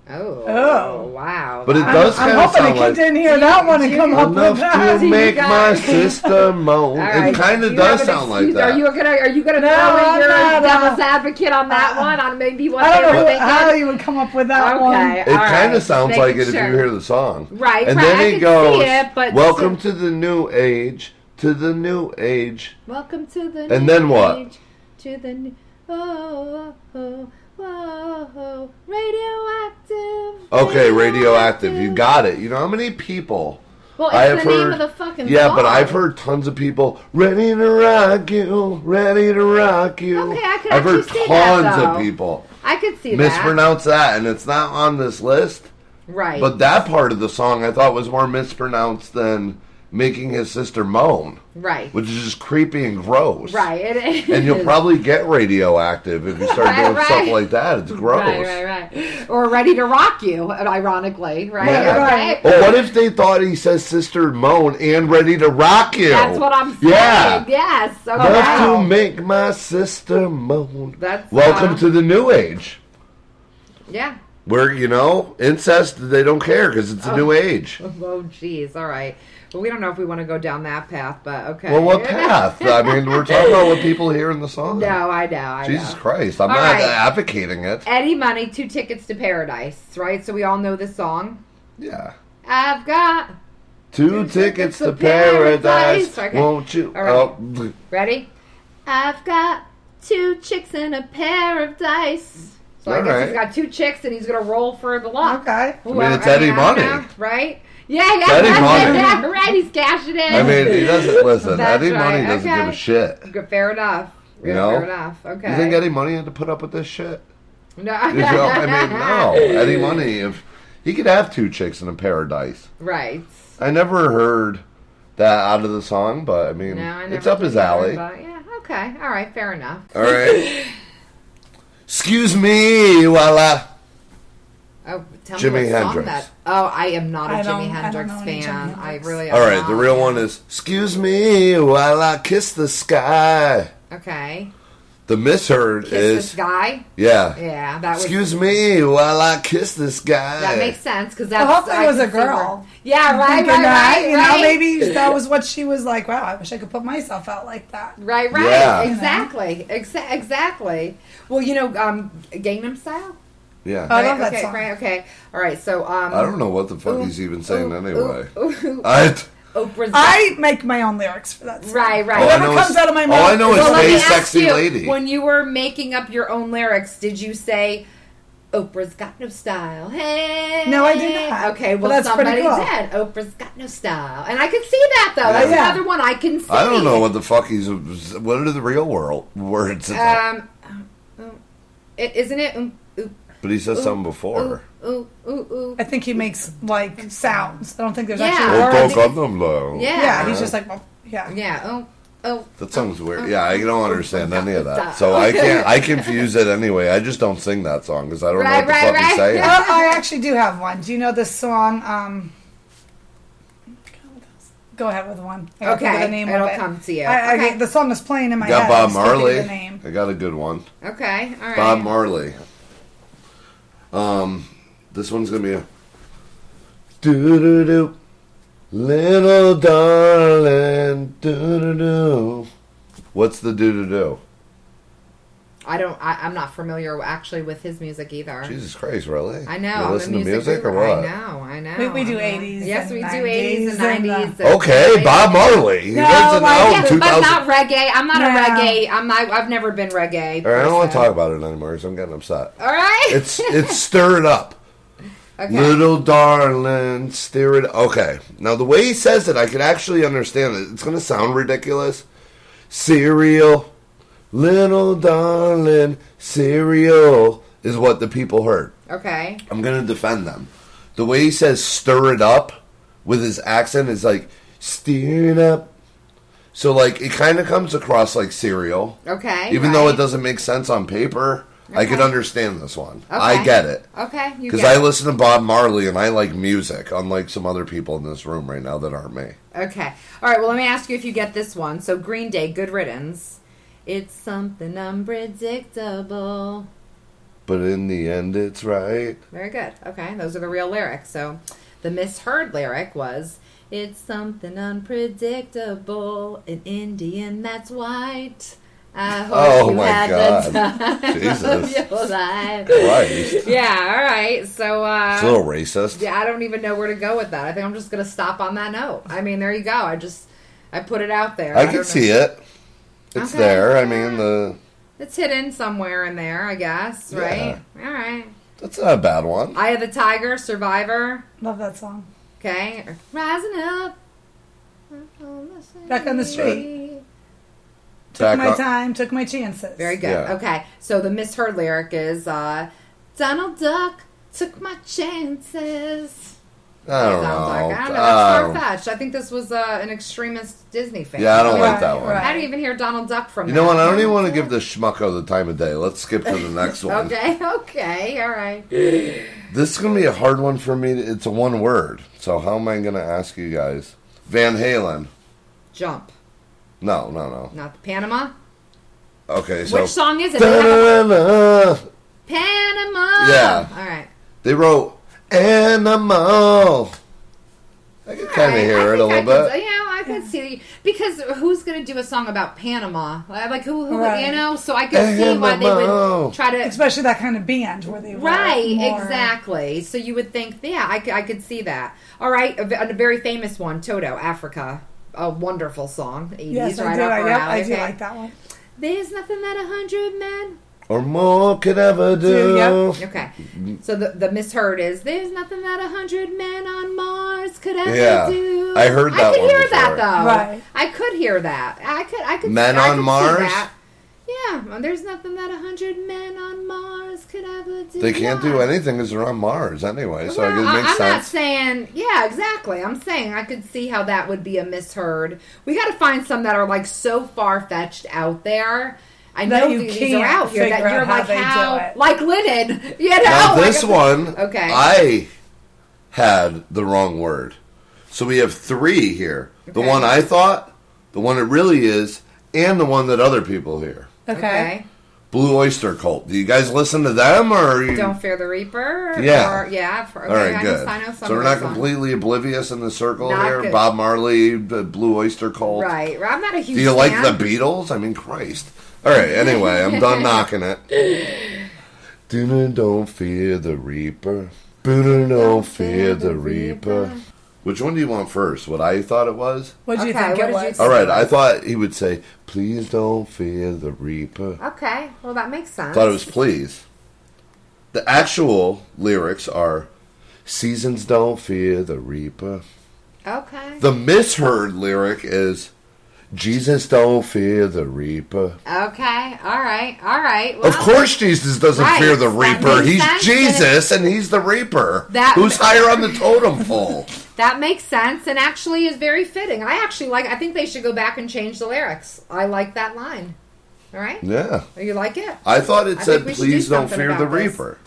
Speaker 1: Oh.
Speaker 3: Oh.
Speaker 1: Wow.
Speaker 2: But it
Speaker 1: Wow.
Speaker 2: does
Speaker 3: I'm
Speaker 2: kind of
Speaker 3: hoping the
Speaker 2: sound
Speaker 3: kid
Speaker 2: like
Speaker 3: didn't hear that one and come up
Speaker 2: enough
Speaker 3: with that.
Speaker 2: to
Speaker 1: you
Speaker 2: make my
Speaker 1: guys. (laughs)
Speaker 2: sister moan.
Speaker 1: All right.
Speaker 2: It kind of
Speaker 1: You
Speaker 2: does
Speaker 1: have an
Speaker 2: sound like
Speaker 1: excuse.
Speaker 2: that.
Speaker 1: Are you gonna are you gonna
Speaker 3: No,
Speaker 1: throw in
Speaker 3: I'm
Speaker 1: your
Speaker 3: not, uh,
Speaker 1: devil's advocate on that one on maybe what
Speaker 3: I
Speaker 1: they
Speaker 3: don't
Speaker 1: were
Speaker 3: know
Speaker 1: thinking?
Speaker 3: how you would come up with that
Speaker 1: okay,
Speaker 3: one.
Speaker 2: it kind of sounds like it if
Speaker 1: sure.
Speaker 2: you hear the song,
Speaker 1: Right,
Speaker 2: And
Speaker 1: right,
Speaker 2: then
Speaker 1: I
Speaker 2: it
Speaker 1: can see
Speaker 2: goes,
Speaker 1: it, but-
Speaker 2: "Welcome to the new age, to the new age."
Speaker 1: Welcome to the
Speaker 2: And then
Speaker 1: new
Speaker 2: what?
Speaker 1: age, to the new, oh, oh, oh, oh, radioactive.
Speaker 2: Okay, radioactive. You got it. You know how many people
Speaker 1: Well, it's
Speaker 2: I
Speaker 1: the
Speaker 2: have
Speaker 1: name
Speaker 2: heard,
Speaker 1: of the fucking
Speaker 2: Yeah,
Speaker 1: song.
Speaker 2: but I've heard tons of people ready to rock you, ready to rock you.
Speaker 1: Okay, I can
Speaker 2: have heard
Speaker 1: actually see
Speaker 2: tons
Speaker 1: that, though.
Speaker 2: of people
Speaker 1: I could see that.
Speaker 2: mispronounce that, and it's not on this list.
Speaker 1: Right.
Speaker 2: But that part of the song I thought was more mispronounced than making his sister moan,
Speaker 1: right.
Speaker 2: which is just creepy and gross.
Speaker 1: Right. It, it (laughs)
Speaker 2: And you'll
Speaker 1: is.
Speaker 2: probably get radioactive if you
Speaker 1: (laughs)
Speaker 2: start
Speaker 1: Right,
Speaker 2: doing stuff
Speaker 1: right.
Speaker 2: like that. It's gross.
Speaker 1: Right, right, right. Or ready to rock you, ironically, right?
Speaker 2: Yeah. Oh,
Speaker 1: Okay.
Speaker 2: Well, what if they thought he says sister moan and ready to rock you?
Speaker 1: That's what I'm saying.
Speaker 2: Yeah.
Speaker 1: Yes. Okay.
Speaker 2: Love
Speaker 1: Oh, Wow.
Speaker 2: to make my sister moan.
Speaker 1: That's,
Speaker 2: Welcome
Speaker 1: uh,
Speaker 2: to the new age,
Speaker 1: Yeah.
Speaker 2: where you know incest they don't care because it's a new age.
Speaker 1: Oh, geez. All right. Well, we don't know if we want to go down that path, but okay.
Speaker 2: Well, what path? I mean, we're talking about what people hear in the song.
Speaker 1: no, I know. I
Speaker 2: Jesus
Speaker 1: know.
Speaker 2: Christ, I'm
Speaker 1: All
Speaker 2: not
Speaker 1: right.
Speaker 2: advocating it.
Speaker 1: Eddie Money, two tickets to paradise, right? So we all know this song.
Speaker 2: Yeah.
Speaker 1: I've got. Two
Speaker 2: Two tickets
Speaker 1: tickets
Speaker 2: to
Speaker 1: to paradise.
Speaker 2: paradise,
Speaker 1: Okay.
Speaker 2: won't you?
Speaker 1: All right.
Speaker 2: Oh,
Speaker 1: Ready? I've got two chicks and a pair of dice. So I
Speaker 2: All
Speaker 1: guess
Speaker 2: right.
Speaker 1: he's got two chicks and he's going to roll for the luck.
Speaker 3: Okay.
Speaker 1: I
Speaker 2: mean, it's Eddie Money.
Speaker 1: right? Yeah, yeah,
Speaker 2: Eddie
Speaker 1: that's it,
Speaker 2: Money.
Speaker 1: yeah, right. He's cashing in.
Speaker 2: I mean, he doesn't listen.
Speaker 1: That's
Speaker 2: Eddie Money
Speaker 1: right,
Speaker 2: doesn't give
Speaker 1: okay.
Speaker 2: a shit.
Speaker 1: Good, fair enough.
Speaker 2: You
Speaker 1: Yeah,
Speaker 2: know?
Speaker 1: fair enough. Okay.
Speaker 2: You think Eddie Money had to put up with this shit?
Speaker 1: No.
Speaker 2: You know, I mean, no. Eddie Money, if he could have two chicks in a paradise.
Speaker 1: (laughs) Right.
Speaker 2: I never heard that out of the song, but I mean,
Speaker 1: No, I never
Speaker 2: it's up his
Speaker 1: did hear
Speaker 2: alley.
Speaker 1: about- yeah. Okay. All right. Fair enough. (laughs)
Speaker 2: All right. Excuse me, while I.
Speaker 1: Oh, tell
Speaker 2: Jimi
Speaker 1: me what song
Speaker 2: Hendrix.
Speaker 1: that. Oh, I am not a
Speaker 3: I don't-
Speaker 1: Jimi
Speaker 3: I don't
Speaker 1: Hendrix
Speaker 3: know any Jimi
Speaker 1: fan. I
Speaker 3: Hendrix.
Speaker 1: really. am
Speaker 2: All right, the
Speaker 1: not.
Speaker 2: real one is. Excuse me, while I kiss the sky.
Speaker 1: Okay.
Speaker 2: The misheard
Speaker 1: Kiss
Speaker 2: is
Speaker 1: this guy.
Speaker 2: yeah.
Speaker 1: Yeah, that was.
Speaker 2: Excuse me while I kiss this guy.
Speaker 1: that makes sense because that's.
Speaker 3: Well, hopefully
Speaker 1: I
Speaker 3: it was a
Speaker 1: can see where-
Speaker 3: girl.
Speaker 1: Yeah, right,
Speaker 3: Thinking
Speaker 1: right,
Speaker 3: that,
Speaker 1: right,
Speaker 3: you
Speaker 1: right.
Speaker 3: know, maybe that was what she was like. Wow, I wish I could put myself out like that.
Speaker 1: Right, right,
Speaker 2: Yeah. You know?
Speaker 1: exactly, exa- exactly. Well, you know, um, Gangnam Style.
Speaker 2: Yeah.
Speaker 3: I
Speaker 1: Right,
Speaker 3: love that
Speaker 1: okay,
Speaker 3: song.
Speaker 1: Right, okay, all right. So, um,
Speaker 2: I don't know what the fuck
Speaker 1: ooh,
Speaker 2: he's even saying
Speaker 1: ooh,
Speaker 2: anyway.
Speaker 1: ooh, ooh,
Speaker 2: I t-
Speaker 1: Oprah's.
Speaker 3: I make my own lyrics for (laughs) that. Song.
Speaker 1: Right, right.
Speaker 3: Whatever
Speaker 2: Oh, I know
Speaker 3: comes
Speaker 2: it's-
Speaker 3: out of my
Speaker 2: oh,
Speaker 3: mouth.
Speaker 2: I know
Speaker 3: is
Speaker 2: it's
Speaker 1: Well,
Speaker 3: all I-
Speaker 1: let me
Speaker 2: Hey,
Speaker 1: ask
Speaker 2: sexy
Speaker 1: you,
Speaker 2: lady.
Speaker 1: When you were making up your own lyrics, did you say Oprah's got no style? Hey.
Speaker 3: No, I did not.
Speaker 1: Okay, well,
Speaker 3: But that's
Speaker 1: somebody
Speaker 3: pretty cool.
Speaker 1: did. Oprah's got no style, and I can see that though. That's
Speaker 3: Yeah.
Speaker 1: another one I can see.
Speaker 2: I don't know what the fuck he's. What are the real world words? in that?
Speaker 1: Um, um, i- isn't it? Um, oop,
Speaker 2: but he said something before.
Speaker 1: oop, oop, oop, oop.
Speaker 3: I think he makes like sounds. I don't think there's
Speaker 1: Yeah.
Speaker 3: actually
Speaker 1: Well,
Speaker 2: Oh,
Speaker 3: words.
Speaker 1: I
Speaker 2: don't
Speaker 1: think-
Speaker 2: got them low.
Speaker 1: Yeah.
Speaker 3: Yeah, he's just like, well, yeah.
Speaker 1: Yeah. Oh. Oh.
Speaker 2: That sounds weird. Yeah, I don't understand any of that.
Speaker 1: Stop.
Speaker 2: So I can't. I confuse it anyway. I just don't sing that song because I don't
Speaker 1: Right,
Speaker 2: know what the
Speaker 1: right,
Speaker 2: fuck he's
Speaker 1: right. Oh
Speaker 2: saying.
Speaker 3: Uh, I actually do have one. Do you know this song? Um, go ahead with one. I gotta think of
Speaker 1: Okay,
Speaker 3: the name
Speaker 1: it'll
Speaker 3: of it.
Speaker 1: come to you.
Speaker 3: I, I-
Speaker 1: Okay.
Speaker 3: the song is playing in my
Speaker 2: I got
Speaker 3: head.
Speaker 2: Bob
Speaker 3: I'm just thinking of
Speaker 2: Marley.
Speaker 3: The name.
Speaker 2: I got a good one.
Speaker 1: Okay. All right.
Speaker 2: Bob Marley. Um, this one's gonna be a. Do do do, little darling. Do do do. What's the do do do?
Speaker 1: I don't. I, I'm not familiar actually with his music either.
Speaker 2: Jesus Christ, really?
Speaker 1: I
Speaker 2: You
Speaker 1: know. I'm a
Speaker 2: listen to
Speaker 1: music
Speaker 2: music or
Speaker 1: guru.
Speaker 2: what?
Speaker 1: I know. I know.
Speaker 3: We- we do
Speaker 1: I know.
Speaker 3: 80s
Speaker 1: Yes,
Speaker 3: and
Speaker 1: we do
Speaker 3: 90s
Speaker 1: 80s and
Speaker 3: and,
Speaker 1: 90s. and-
Speaker 2: Okay, Bob Marley.
Speaker 3: No,
Speaker 2: That's an
Speaker 3: like,
Speaker 2: album,
Speaker 1: Yes, but
Speaker 2: 2000.
Speaker 1: not reggae. I'm not
Speaker 3: No.
Speaker 1: a reggae. I'm not. I've never been reggae.
Speaker 2: All right, I don't want to
Speaker 1: person.
Speaker 2: talk about it anymore because I'm getting upset.
Speaker 1: All right.
Speaker 2: It's it's stir it up,
Speaker 1: (laughs) okay.
Speaker 2: little darling. Stir it. Okay, now the way he says it, I can actually understand it. It's gonna sound ridiculous. Cereal, little darling, cereal is what the people heard.
Speaker 1: okay.
Speaker 2: I'm gonna defend them. The way he says "stir it up" with his accent is like "stir it up." So like it kind of comes across like cereal,
Speaker 1: Okay.
Speaker 2: even though it
Speaker 1: right.
Speaker 2: doesn't make sense on paper. I could
Speaker 1: Okay.
Speaker 2: understand this one. I
Speaker 1: Okay.
Speaker 2: get it
Speaker 1: Okay. You
Speaker 2: because
Speaker 1: get
Speaker 2: I
Speaker 1: it.
Speaker 2: listen to Bob Marley and I like music, unlike some other people in this room right now that aren't me.
Speaker 1: Okay. All right. Well, let me ask you if you get this one. So Green Day, Good Riddance. It's something unpredictable.
Speaker 2: But in the end, it's right.
Speaker 1: Very good. Okay, those are the real lyrics. So the misheard lyric was It's something unpredictable, an Indian that's white. I hope
Speaker 2: Oh,
Speaker 1: you
Speaker 2: my
Speaker 1: had the
Speaker 2: God.
Speaker 1: time
Speaker 2: Jesus.
Speaker 1: of your life. (laughs)
Speaker 2: Christ,
Speaker 1: Yeah, all right. So uh
Speaker 2: it's a little racist.
Speaker 1: yeah, I don't even know where to go with that. I think I'm just gonna stop on that note. I mean, there you go. I just I put it out there.
Speaker 2: I
Speaker 1: don't know.
Speaker 2: can see it. It's
Speaker 1: Okay.
Speaker 2: there. I mean, the
Speaker 1: It's hidden somewhere in there, I guess, right? All right.
Speaker 2: that's not a bad one.
Speaker 1: Eye of the Tiger, Survivor.
Speaker 3: Love that song.
Speaker 1: Okay. Rising up.
Speaker 3: Back on the street.
Speaker 2: Back
Speaker 3: Took my
Speaker 2: on-
Speaker 3: time, took my chances.
Speaker 1: Very good.
Speaker 2: Yeah.
Speaker 1: Okay. So the misheard lyric is uh, Donald Duck took my chances.
Speaker 2: I don't know.
Speaker 1: Sounds like- I don't know.
Speaker 2: I
Speaker 1: That's
Speaker 2: don't-
Speaker 1: far fetched. I think this was uh, an extremist Disney fan.
Speaker 2: Yeah, I don't
Speaker 3: Right,
Speaker 2: like that one.
Speaker 1: I didn't even hear Donald Duck from
Speaker 2: You know
Speaker 1: that.
Speaker 2: what? I don't even want to
Speaker 1: (laughs)
Speaker 2: give this schmucko the time of day. Let's skip to the next one.
Speaker 1: Okay. Okay. All right.
Speaker 2: This is going to be a hard one for me. It's a one word. So how am I going to ask you guys? Van Halen.
Speaker 1: Jump.
Speaker 2: No, no, no.
Speaker 1: Not the Panama.
Speaker 2: Okay, so.
Speaker 1: Which song is it? They have a-
Speaker 2: Da-da-da-da.
Speaker 1: Panama.
Speaker 2: Yeah.
Speaker 1: All right.
Speaker 2: They wrote Animal. I can kind of
Speaker 1: Right,
Speaker 2: hear
Speaker 1: I
Speaker 2: it
Speaker 1: think
Speaker 2: a
Speaker 1: I
Speaker 2: little
Speaker 1: could-
Speaker 2: bit.
Speaker 1: yeah, I could see because who's going to do a song about Panama? Like who, who
Speaker 3: Right.
Speaker 1: you know? So I could see why they
Speaker 2: Panama.
Speaker 1: would try to.
Speaker 3: Especially that kind of band where they were
Speaker 1: Right,
Speaker 3: more-
Speaker 1: exactly. So you would think, yeah, I could, I could see that. All right, a, ve- a very famous one, Toto, Africa. A wonderful song, 80s,
Speaker 3: Yes, I
Speaker 1: right
Speaker 3: do.
Speaker 1: off our
Speaker 3: I, yep,
Speaker 1: alley,
Speaker 3: I do
Speaker 1: okay?
Speaker 3: like that one.
Speaker 1: There's nothing that a hundred men.
Speaker 2: Or more could ever do.
Speaker 3: Dude, yeah.
Speaker 1: Okay, so the, the misheard is there's nothing that a hundred men on Mars could ever
Speaker 2: Yeah,
Speaker 1: do.
Speaker 2: I heard
Speaker 1: I
Speaker 2: that
Speaker 1: could
Speaker 2: one
Speaker 1: hear that
Speaker 2: before.
Speaker 1: though.
Speaker 3: Right.
Speaker 1: I could hear that. I could. I could.
Speaker 2: Men
Speaker 1: I
Speaker 2: on
Speaker 1: could see
Speaker 2: Mars?
Speaker 1: that. Yeah, well, there's nothing that a hundred men on Mars could ever do.
Speaker 2: They can't do
Speaker 1: Yeah.
Speaker 2: anything because they're on Mars anyway, so I
Speaker 1: Well,
Speaker 2: guess it
Speaker 1: I-
Speaker 2: makes
Speaker 1: I'm not
Speaker 2: sense.
Speaker 1: saying, yeah, exactly. I'm saying I could see how that would be a misheard. We got to find some that are like so far fetched out there. I
Speaker 3: That
Speaker 1: know
Speaker 3: you
Speaker 1: these
Speaker 3: can't
Speaker 1: are out here that
Speaker 3: figure out
Speaker 1: you're
Speaker 3: how
Speaker 1: like
Speaker 3: they do
Speaker 1: how,
Speaker 3: it.
Speaker 1: like linen, (laughs) you know.
Speaker 2: Now
Speaker 1: like
Speaker 2: this
Speaker 1: a-
Speaker 2: one,
Speaker 1: Oh okay.
Speaker 2: I had the wrong word, so we have three here. The
Speaker 1: Okay.
Speaker 2: one I thought, the one it really is, and the one that other people hear.
Speaker 3: Okay.
Speaker 1: okay.
Speaker 2: Blue Oyster Cult. Do you guys listen to them or? Are you...
Speaker 1: Don't fear the reaper.
Speaker 2: Yeah.
Speaker 1: or- yeah. I've heard-
Speaker 2: All
Speaker 1: okay,
Speaker 2: right,
Speaker 1: I
Speaker 2: good.
Speaker 1: Just, I know some
Speaker 2: so
Speaker 1: of
Speaker 2: we're not
Speaker 1: those songs.
Speaker 2: completely oblivious in the circle
Speaker 1: Not
Speaker 2: here.
Speaker 1: good.
Speaker 2: Bob Marley, the Blue Oyster Cult.
Speaker 1: Right. I'm not a huge.
Speaker 2: Do you like
Speaker 1: fan.
Speaker 2: the Beatles? I mean, Christ. All right. Anyway, I'm (laughs) done knocking it. Do don't fear the reaper. Boona don't fear the reaper. Which one do you want first? What I thought it was?
Speaker 3: What do you
Speaker 1: Okay,
Speaker 3: think
Speaker 1: what
Speaker 3: it
Speaker 1: did you
Speaker 3: was?
Speaker 2: All right. I thought he would say, "Please don't fear the reaper."
Speaker 1: Okay. Well, that makes sense.
Speaker 2: thought it was please. The actual lyrics are Seasons don't fear the reaper.
Speaker 1: okay.
Speaker 2: The misheard lyric is Jesus don't fear the reaper.
Speaker 1: okay. All right. All right. Well,
Speaker 2: Of course Jesus doesn't
Speaker 1: Right,
Speaker 2: fear
Speaker 1: that
Speaker 2: the reaper.
Speaker 1: makes
Speaker 2: He's
Speaker 1: sense,
Speaker 2: Jesus and he's the reaper.
Speaker 1: That-
Speaker 2: Who's higher on the
Speaker 1: (laughs)
Speaker 2: totem pole?
Speaker 1: That makes sense, and actually is very fitting. I actually like. I think they should go back and change the lyrics. I like that line. All right.
Speaker 2: yeah.
Speaker 1: You like it?
Speaker 2: I thought it
Speaker 1: I
Speaker 2: said
Speaker 1: think we should
Speaker 2: please
Speaker 1: do
Speaker 2: don't
Speaker 1: something
Speaker 2: fear the
Speaker 1: about this."
Speaker 2: reaper.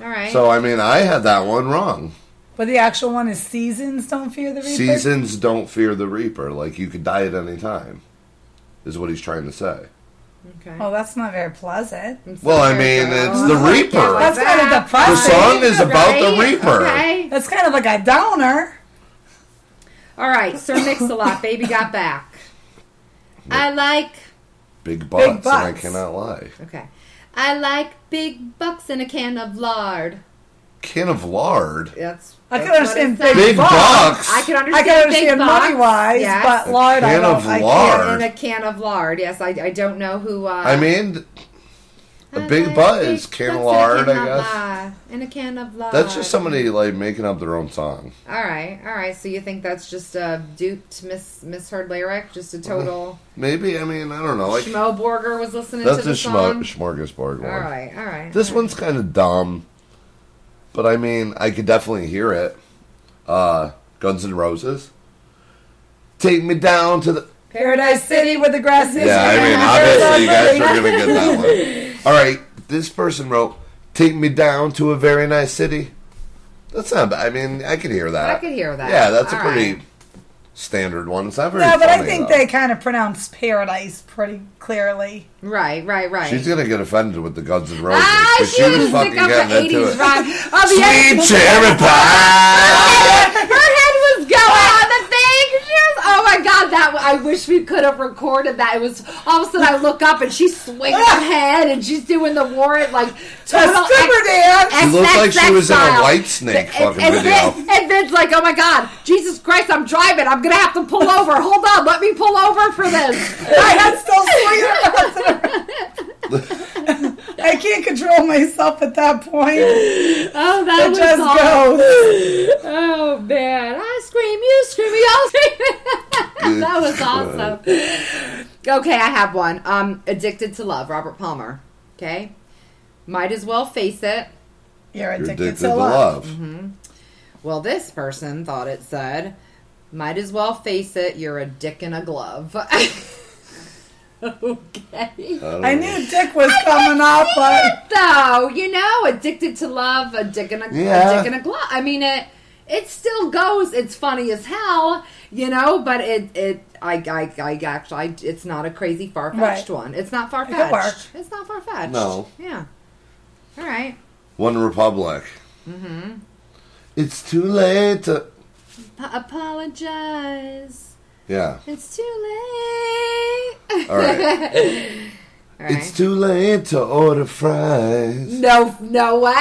Speaker 1: All right.
Speaker 2: So I mean I had that one wrong.
Speaker 3: But the actual one is seasons. Don't fear the reaper.
Speaker 2: Seasons don't fear the reaper. Like you could die at any time. Is what he's trying to say.
Speaker 1: okay.
Speaker 3: Well, Oh, that's not very pleasant.
Speaker 2: Well, I
Speaker 1: There
Speaker 2: mean,
Speaker 1: you go. (laughs)
Speaker 2: it's the Reaper.
Speaker 3: That's kind of
Speaker 1: That-
Speaker 3: depressing.
Speaker 2: The song is about the
Speaker 1: Right?
Speaker 2: Reaper.
Speaker 1: Okay.
Speaker 3: That's kind of like a downer.
Speaker 1: All right. Sir Mix-a-Lot, baby got back. I like.
Speaker 2: Big butts, and I
Speaker 3: butts.
Speaker 2: cannot lie.
Speaker 1: Okay. I like big bucks and a can of lard.
Speaker 2: Can of lard.
Speaker 1: That's.
Speaker 3: I can
Speaker 1: that's what
Speaker 3: understand
Speaker 1: it says.
Speaker 2: Big
Speaker 3: Big
Speaker 2: bucks.
Speaker 1: I can
Speaker 3: I
Speaker 1: understand.
Speaker 3: can understand
Speaker 1: big bucks.
Speaker 3: money wise,
Speaker 1: Yes.
Speaker 3: but lard, I
Speaker 2: can
Speaker 3: don't.
Speaker 2: of
Speaker 3: I
Speaker 2: lard.
Speaker 1: and
Speaker 3: can't.
Speaker 1: a can of lard. Yes, I, I don't know who. Uh,
Speaker 2: I mean, a big
Speaker 1: like
Speaker 2: butt
Speaker 1: Uh, big
Speaker 2: is can of
Speaker 1: butts and
Speaker 2: lard,
Speaker 1: a
Speaker 2: I
Speaker 1: can of
Speaker 2: guess.
Speaker 1: lard. And a can of lard.
Speaker 2: That's just somebody like making up their own song.
Speaker 1: All right, all right. So you think that's just a duped, mis- misheard lyric? Just a total.
Speaker 2: Maybe I mean I don't know. (laughs) Like
Speaker 1: Schmo Borger was listening
Speaker 2: that's
Speaker 1: to
Speaker 2: a
Speaker 1: the
Speaker 2: schmo-
Speaker 1: song.
Speaker 2: smorgasbord one.
Speaker 1: all right, all right.
Speaker 2: This one's kind of dumb, but I mean I could definitely hear it. Uh, Guns N' Roses. Take me down to the.
Speaker 3: Paradise City where the grass is.
Speaker 2: Yeah,
Speaker 1: (laughs)
Speaker 2: I mean, obviously
Speaker 3: greener.
Speaker 2: you guys are gonna get that one. All right, this person wrote, "Take me down to a very nice city." That's not bad. I mean, I could hear that.
Speaker 1: I could hear that.
Speaker 2: Yeah, that's a
Speaker 1: All
Speaker 2: pretty
Speaker 1: right.
Speaker 2: standard one. It's not very.
Speaker 3: No, but I
Speaker 2: funny,
Speaker 3: think
Speaker 2: though.
Speaker 3: they kind of pronounce paradise pretty
Speaker 1: (laughs)
Speaker 3: clearly.
Speaker 1: Right, right, right.
Speaker 2: She's gonna get offended with the Guns N' Roses.
Speaker 1: ah,
Speaker 2: 'cause
Speaker 1: she was picking up the
Speaker 2: getting into
Speaker 1: '80s
Speaker 2: it.
Speaker 1: rock. Oh, the
Speaker 2: Sweet
Speaker 1: 80s.
Speaker 2: cherry pie.
Speaker 1: Her head was going on the thing. She was, oh my god, that wa- I wish we could have recorded that. It was all of a sudden I look up and she's swinging
Speaker 2: Ah.
Speaker 1: her head and she's doing the warrant like total
Speaker 3: A stripper dance.
Speaker 1: X-
Speaker 2: She looked like she
Speaker 1: XXX
Speaker 2: was in a
Speaker 1: style.
Speaker 2: white snake
Speaker 1: And,
Speaker 2: fucking
Speaker 1: and,
Speaker 2: video.
Speaker 1: Vince, and Vince like, oh my god, Jesus Christ, I'm driving. I'm gonna have to pull over. Hold on, let me pull over for this.
Speaker 2: (laughs)
Speaker 3: My head's still swinging. around. I can't control myself at that point. It
Speaker 1: Oh, that was
Speaker 3: just
Speaker 1: all.
Speaker 3: goes.
Speaker 1: Oh man, I scream, you scream, we all scream. (laughs) that was awesome. Okay, I have one. Um, addicted to love, Robert Palmer. Okay, might as well face it.
Speaker 3: You're
Speaker 2: You're
Speaker 3: addicted,
Speaker 2: addicted
Speaker 3: to,
Speaker 2: to
Speaker 3: love.
Speaker 2: love.
Speaker 1: Mm-hmm. Well, this person thought it said, might as well face it. You're a dick in a glove. (laughs) okay.
Speaker 2: don't
Speaker 3: I
Speaker 2: know.
Speaker 3: knew Dick was coming up, but
Speaker 1: though, you know, addicted to love, a dick in a,
Speaker 2: Yeah.
Speaker 1: a dick in a glove. I mean, it it still goes. It's funny as hell, you know, but it it I I, I actually I, it's not a crazy far fetched
Speaker 3: Right.
Speaker 1: one. It's not far
Speaker 3: could work.
Speaker 1: fetched. It's not far fetched.
Speaker 2: No.
Speaker 1: Yeah. All right.
Speaker 2: One Republic. Mm-hmm. It's too late to.
Speaker 1: P- apologize.
Speaker 2: Yeah.
Speaker 1: It's too late. (laughs)
Speaker 2: All right.
Speaker 1: All right.
Speaker 2: it's too late to order fries.
Speaker 1: No, no way.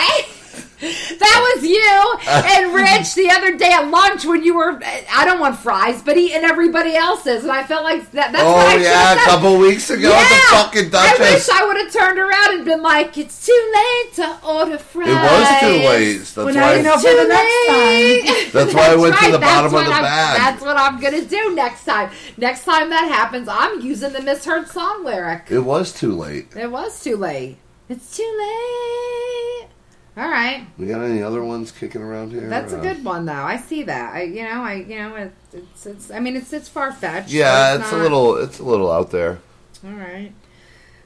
Speaker 1: That was you
Speaker 2: (laughs)
Speaker 1: and Rich the other day at lunch when you were. I don't want fries, but eating everybody else's, and I felt like that. That's what I
Speaker 2: oh
Speaker 1: should
Speaker 2: yeah,
Speaker 1: have
Speaker 2: a
Speaker 1: said.
Speaker 2: couple weeks ago at the fucking
Speaker 1: I wish
Speaker 2: Duchess.
Speaker 1: I would have turned around and been like, "It's too late to order fries."
Speaker 2: it was too late. That's
Speaker 3: Well, now
Speaker 2: why.
Speaker 3: you know
Speaker 1: Too
Speaker 3: for the next time.
Speaker 1: late.
Speaker 2: (laughs) That's why I went to the
Speaker 1: that's
Speaker 2: bottom of
Speaker 1: what
Speaker 2: the
Speaker 1: I'm-
Speaker 2: bag.
Speaker 1: That's what I'm gonna do next time. Next time that happens, I'm using the misheard song lyric.
Speaker 2: It was too late.
Speaker 1: It was too late. It's too late. All right.
Speaker 2: We got any other ones kicking around here?
Speaker 1: That's a
Speaker 2: Uh,
Speaker 1: good one, though. I see that. I, you know, I, you know, it, it's, it's. I mean, it's, it's far fetched.
Speaker 2: Yeah, it's a little, it's a little out there.
Speaker 1: All right.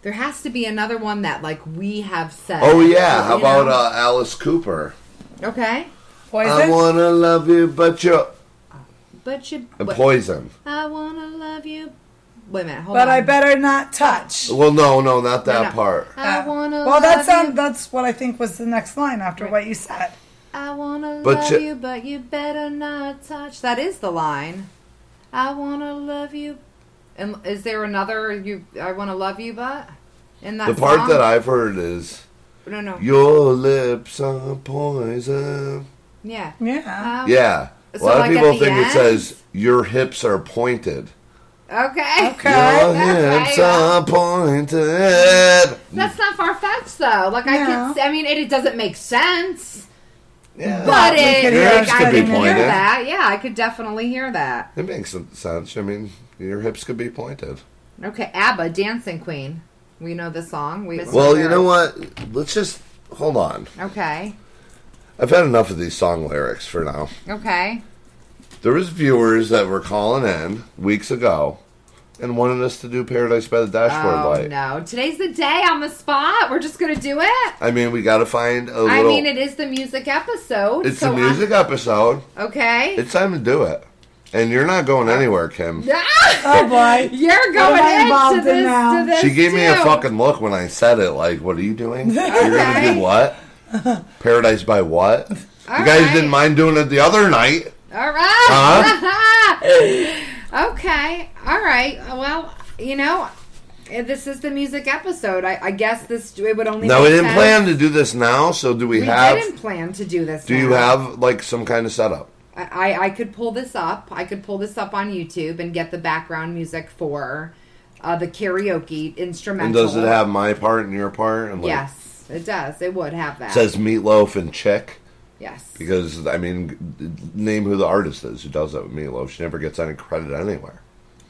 Speaker 1: There has to be another one that, like, we have said.
Speaker 2: (laughs) Oh yeah, how
Speaker 1: You know?
Speaker 2: about uh, Alice Cooper?
Speaker 1: Okay,
Speaker 2: I
Speaker 3: Poison.
Speaker 2: wanna love you, but you're
Speaker 1: but you.
Speaker 2: and
Speaker 1: but-
Speaker 2: poison.
Speaker 1: I wanna love you, Wait a minute, hold
Speaker 3: But
Speaker 1: on.
Speaker 3: I better not touch.
Speaker 2: Well, no, no, not that
Speaker 1: No, no.
Speaker 2: part.
Speaker 1: I wanna
Speaker 3: well, that's
Speaker 1: love you.
Speaker 3: um, that's what I think was the next line after what you said.
Speaker 1: I wanna
Speaker 2: But
Speaker 1: love
Speaker 2: you-
Speaker 1: you, but you better not touch. That is the line. I wanna love you. And is there another? You, I wanna love you, but in that
Speaker 2: The part
Speaker 1: song?
Speaker 2: that I've heard is
Speaker 1: no no
Speaker 2: your lips are poison.
Speaker 1: yeah
Speaker 3: Yeah.
Speaker 1: Um,
Speaker 2: Yeah, a
Speaker 1: So,
Speaker 2: lot
Speaker 1: like,
Speaker 2: of
Speaker 1: at
Speaker 2: people
Speaker 1: the
Speaker 2: think
Speaker 1: end?
Speaker 2: it says your hips are pointed.
Speaker 1: okay (laughs)
Speaker 3: Okay.
Speaker 2: Your
Speaker 1: that's
Speaker 2: hips
Speaker 1: right.
Speaker 2: are pointed.
Speaker 1: That's not far fetched though. Like I
Speaker 3: No.
Speaker 1: could, I mean, it, it doesn't make sense,
Speaker 2: Yeah.
Speaker 1: but
Speaker 3: we
Speaker 1: it,
Speaker 3: could
Speaker 2: hear
Speaker 1: like,
Speaker 2: it.
Speaker 1: I
Speaker 2: Could
Speaker 1: could
Speaker 2: be
Speaker 1: hear
Speaker 2: pointed.
Speaker 1: that. Yeah, I could definitely hear that.
Speaker 2: It makes some sense. I mean, your hips could be pointed.
Speaker 1: Okay, ABBA, Dancing Queen. We know the song. We
Speaker 2: Well, you know what? Let's just hold on.
Speaker 1: Okay,
Speaker 2: I've had enough of these song lyrics for now.
Speaker 1: okay.
Speaker 2: There was viewers that were calling in weeks ago and wanted us to do Paradise by the Dashboard
Speaker 1: Oh
Speaker 2: Light.
Speaker 1: no, today's the day on the spot. We're just gonna do it.
Speaker 2: I mean, we got to find a
Speaker 1: I
Speaker 2: little.
Speaker 1: mean, it is the music episode.
Speaker 2: it's
Speaker 1: so
Speaker 2: a music episode.
Speaker 1: I- okay.
Speaker 2: It's time to do it, and you're not going anywhere, Kim.
Speaker 1: Ah!
Speaker 3: Oh
Speaker 1: (laughs)
Speaker 3: boy.
Speaker 1: (laughs) You're
Speaker 3: am I
Speaker 1: going
Speaker 3: involved
Speaker 1: into
Speaker 3: in
Speaker 1: this,
Speaker 3: now?
Speaker 1: to this.
Speaker 2: She gave me a
Speaker 1: too.
Speaker 2: fucking look when I said it. Like, what are you
Speaker 1: (laughs)
Speaker 2: doing? You're gonna
Speaker 1: Okay.
Speaker 2: do what? Paradise by what?
Speaker 1: All
Speaker 2: you guys
Speaker 1: right.
Speaker 2: didn't mind doing it the other night.
Speaker 1: All right.
Speaker 2: Uh-huh.
Speaker 1: (laughs) okay. All right. Well, you know, eh, this is the music episode. I, I guess this it would only.
Speaker 2: No, we
Speaker 1: make
Speaker 2: didn't
Speaker 1: sense-
Speaker 2: plan to do this now. So, do we,
Speaker 1: We
Speaker 2: have?
Speaker 1: didn't plan to do this.
Speaker 2: Do you
Speaker 1: now.
Speaker 2: have like some kind of setup?
Speaker 1: I, I I could pull this up. I could pull this up on YouTube and get the background music for uh, the karaoke instrumental.
Speaker 2: And does it have my part and your part? And like,
Speaker 1: Yes, it does. It would have that.
Speaker 2: it says meatloaf and chick
Speaker 1: yes.
Speaker 2: because I mean, g- name who the artist is who does that with meatloaf. She never gets any credit anywhere.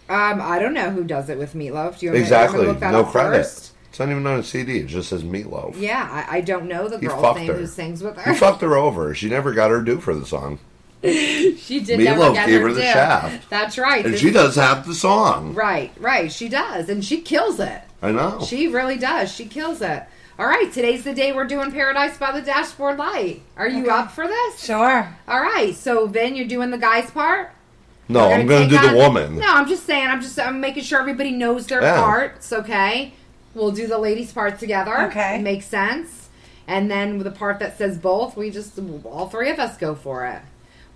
Speaker 1: Um, I don't know who does it with meatloaf. Do you want me-
Speaker 2: Exactly,
Speaker 1: you want me to look that
Speaker 2: no
Speaker 1: up
Speaker 2: credit.
Speaker 1: first?
Speaker 2: It's not even on a CD. It just says meatloaf.
Speaker 1: Yeah, I, I don't know the
Speaker 2: You
Speaker 1: girl's
Speaker 2: fucked
Speaker 1: name
Speaker 2: her.
Speaker 1: who sings with her.
Speaker 2: You fucked her over. She never got her due for the song,
Speaker 1: (laughs) She did. never
Speaker 2: Meatloaf
Speaker 1: get
Speaker 2: gave
Speaker 1: her
Speaker 2: her the
Speaker 1: due.
Speaker 2: shaft.
Speaker 1: That's right.
Speaker 2: and
Speaker 1: This-
Speaker 2: she does half the song.
Speaker 1: Right, right. She does, and she kills it.
Speaker 2: I know.
Speaker 1: She really does. She kills it. All right, today's the day we're doing Paradise by the Dashboard Light. Are you up for this?
Speaker 3: Sure.
Speaker 1: All right. So Vin, you're doing the guy's part.
Speaker 2: no,
Speaker 1: We're
Speaker 2: I'm
Speaker 1: take
Speaker 2: gonna do
Speaker 1: on-
Speaker 2: the woman.
Speaker 1: No, I'm just saying. I'm just. I'm making sure everybody knows their
Speaker 2: Yeah.
Speaker 1: parts. Okay. We'll do the ladies' part together.
Speaker 3: Okay.
Speaker 1: It makes sense. And then with the part that says both, we just all three of us go for it.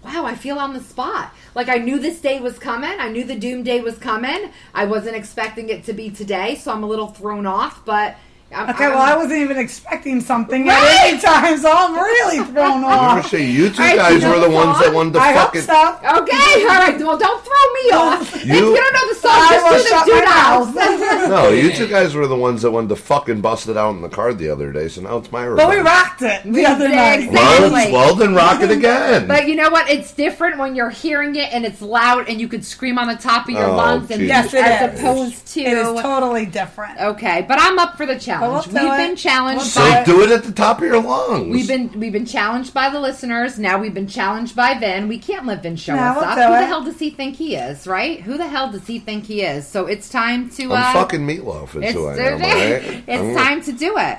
Speaker 1: Wow, I feel on the spot. Like I knew this day was coming. I knew the doom day was coming. I wasn't expecting it to be today, so I'm a little thrown off. But I'm,
Speaker 3: Okay,
Speaker 1: I'm-
Speaker 3: well, I wasn't even expecting something
Speaker 1: Right?
Speaker 3: at any time, so I'm really
Speaker 1: (laughs)
Speaker 3: thrown
Speaker 2: I never
Speaker 3: off.
Speaker 2: say you two
Speaker 1: All right,
Speaker 2: guys
Speaker 1: you
Speaker 2: were
Speaker 1: know
Speaker 2: the
Speaker 1: the
Speaker 2: ones that
Speaker 1: song?
Speaker 2: wanted to
Speaker 3: I hope
Speaker 2: fucking.
Speaker 3: so.
Speaker 1: Okay, all right. Well, don't throw me off. if
Speaker 2: You-
Speaker 1: you don't know the song,
Speaker 3: I will
Speaker 1: just do the
Speaker 3: shut
Speaker 1: do
Speaker 3: my
Speaker 1: nows.
Speaker 3: mouth.
Speaker 2: No, you two guys were the ones that wanted to fucking bust it out in the car the other day. So now it's my.
Speaker 3: but we
Speaker 2: revenge.
Speaker 3: rocked it the other
Speaker 1: did.
Speaker 3: night.
Speaker 2: Well,
Speaker 1: Exactly. (laughs)
Speaker 2: well, then rock it again.
Speaker 1: But you know what? It's different when you're hearing it and it's loud and you could scream on the top of your
Speaker 2: Oh,
Speaker 1: lungs and
Speaker 2: geez.
Speaker 3: Yes, it
Speaker 1: as
Speaker 3: is.
Speaker 1: opposed to Oh.
Speaker 3: It is totally different.
Speaker 1: okay. But I'm up for the challenge.
Speaker 3: Well, we'll
Speaker 1: we've
Speaker 3: do
Speaker 1: been
Speaker 3: it.
Speaker 1: challenged
Speaker 3: We'll
Speaker 2: so
Speaker 1: by
Speaker 2: do it at the top of your lungs.
Speaker 1: we've been we've been challenged by the listeners. Now we've been challenged by Vin. We can't let Vin show
Speaker 3: No,
Speaker 1: us
Speaker 3: we'll
Speaker 1: up.
Speaker 3: do
Speaker 1: Who the
Speaker 3: it.
Speaker 1: hell does he think he is? Right? Who the hell does he think he is? So it's time to.
Speaker 2: I'm
Speaker 1: uh,
Speaker 2: fucking meatloaf. Is
Speaker 1: It's,
Speaker 2: who I am. All right.
Speaker 1: (laughs) it's
Speaker 2: I'm-
Speaker 1: time to do it.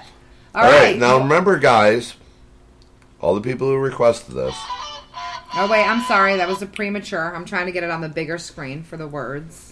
Speaker 2: All right. Now
Speaker 1: Now.
Speaker 2: remember, guys, all the people who requested this.
Speaker 1: Oh wait, I'm sorry. That was a premature. I'm trying to get it on the bigger screen for the words.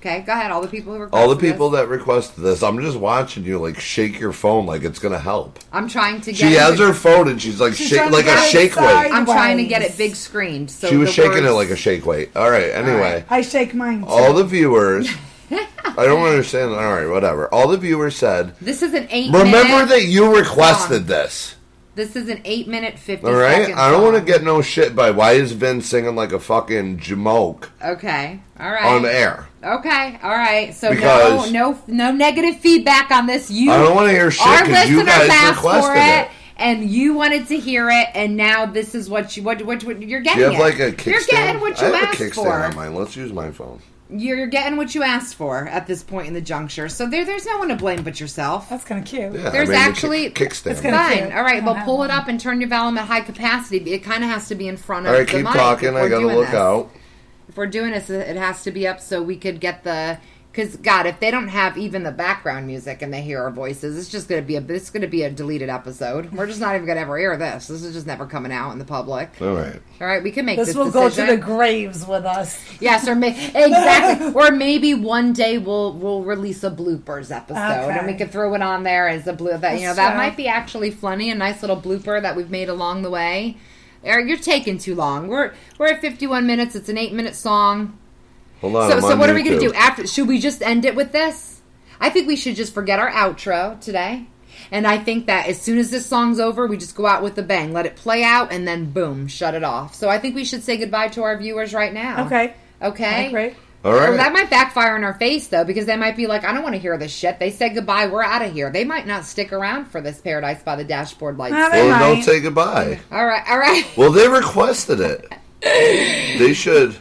Speaker 1: Okay, go ahead. All the people who requested
Speaker 2: All the
Speaker 1: this.
Speaker 2: people that requested this, I'm just watching you like shake your phone like it's gonna help.
Speaker 1: I'm trying to get.
Speaker 2: She
Speaker 1: it
Speaker 2: has
Speaker 1: big-
Speaker 2: her phone and she's like
Speaker 3: She's
Speaker 2: shake
Speaker 3: trying
Speaker 2: like
Speaker 3: to
Speaker 2: a
Speaker 3: get
Speaker 2: shake
Speaker 3: outside.
Speaker 2: weight.
Speaker 1: I'm trying to get
Speaker 3: ways.
Speaker 1: it big screened. So
Speaker 2: She was
Speaker 1: the
Speaker 2: shaking it
Speaker 1: words-
Speaker 2: like a shake weight. All right. Anyway,
Speaker 3: I shake mine. Too.
Speaker 1: Oh.
Speaker 2: all
Speaker 1: (laughs)
Speaker 2: the viewers. I don't understand. All right, whatever. All the viewers said.
Speaker 1: This is an eight.
Speaker 2: Remember
Speaker 1: minute,
Speaker 2: that you requested this.
Speaker 1: This is an eight minute fifty.
Speaker 2: All right.
Speaker 1: second
Speaker 2: I don't want to
Speaker 1: song.
Speaker 2: get no shit by why is Vin singing like a fucking jamoke
Speaker 1: Okay. All right.
Speaker 2: on air.
Speaker 1: Okay. All right. So
Speaker 2: Because-
Speaker 1: no, no, no negative feedback on this. You.
Speaker 2: I don't want to hear shit
Speaker 1: Our
Speaker 2: because you
Speaker 1: listeners
Speaker 2: guys
Speaker 1: asked for
Speaker 2: requested
Speaker 1: it,
Speaker 2: it.
Speaker 1: and you wanted to hear it, and now this is what you what what, what you're getting.
Speaker 2: Do you have
Speaker 1: it.
Speaker 2: like a kickstand?
Speaker 1: You're getting what you
Speaker 2: I have
Speaker 1: asked
Speaker 2: a kickstand
Speaker 1: for.
Speaker 2: on mine. Let's use my phone.
Speaker 1: You're getting what you asked for at this point in the juncture. So there, there's no one to blame but yourself.
Speaker 3: That's kind of cute.
Speaker 2: Yeah,
Speaker 1: There's
Speaker 2: I mean,
Speaker 1: actually-
Speaker 2: it's a kickstand.
Speaker 3: It's gonna-
Speaker 1: Fine.
Speaker 3: Thank you.
Speaker 1: All right.
Speaker 3: I
Speaker 1: Well,
Speaker 3: don't
Speaker 1: pull
Speaker 3: have
Speaker 1: it up and turn your volume at high capacity. It kind of has to be in front of.
Speaker 2: All right,
Speaker 1: the
Speaker 2: keep
Speaker 1: mic if
Speaker 2: talking. I
Speaker 1: we're
Speaker 2: gotta
Speaker 1: doing
Speaker 2: look
Speaker 1: this.
Speaker 2: out.
Speaker 1: If we're doing this, it has to be up so we could get the Because God, if they don't have even the background music and they hear our voices, it's just gonna be a it's gonna be a deleted episode. We're just not even gonna ever air this. This is just never coming out in the public.
Speaker 2: All right.
Speaker 1: All right, we can make this.
Speaker 3: This will
Speaker 1: decision.
Speaker 3: go to the graves with us.
Speaker 1: Yes, or may,
Speaker 3: (laughs)
Speaker 1: exactly, or maybe one day we'll we'll release a bloopers episode, and
Speaker 3: Okay.
Speaker 1: we could throw it on there as a blue. That you know,
Speaker 3: That's
Speaker 1: that
Speaker 3: true.
Speaker 1: might be actually funny, a nice little blooper that we've made along the way. Eric, you're taking too long. We're we're at 51 minutes. It's an eight minute song.
Speaker 2: Hold on.
Speaker 1: So
Speaker 2: I'm
Speaker 1: so
Speaker 2: on
Speaker 1: what are we gonna
Speaker 2: YouTube.
Speaker 1: do after? Should we just end it with this? I think we should just forget our outro today. And I think that as soon as this song's over, we just go out with a bang, let it play out, and then boom, shut it off. So I think we should say goodbye to our viewers right now.
Speaker 3: Okay.
Speaker 1: Okay.
Speaker 3: Great.
Speaker 2: All right.
Speaker 1: Well, that might backfire in our face though, because they might be like, "I don't want to hear this shit." They said goodbye. We're out of here. They might not stick around for this Paradise by the Dashboard Lights.
Speaker 3: Well,
Speaker 2: Or
Speaker 3: Bye.
Speaker 2: don't say goodbye.
Speaker 1: all right, all right.
Speaker 2: Well, they requested it. they should.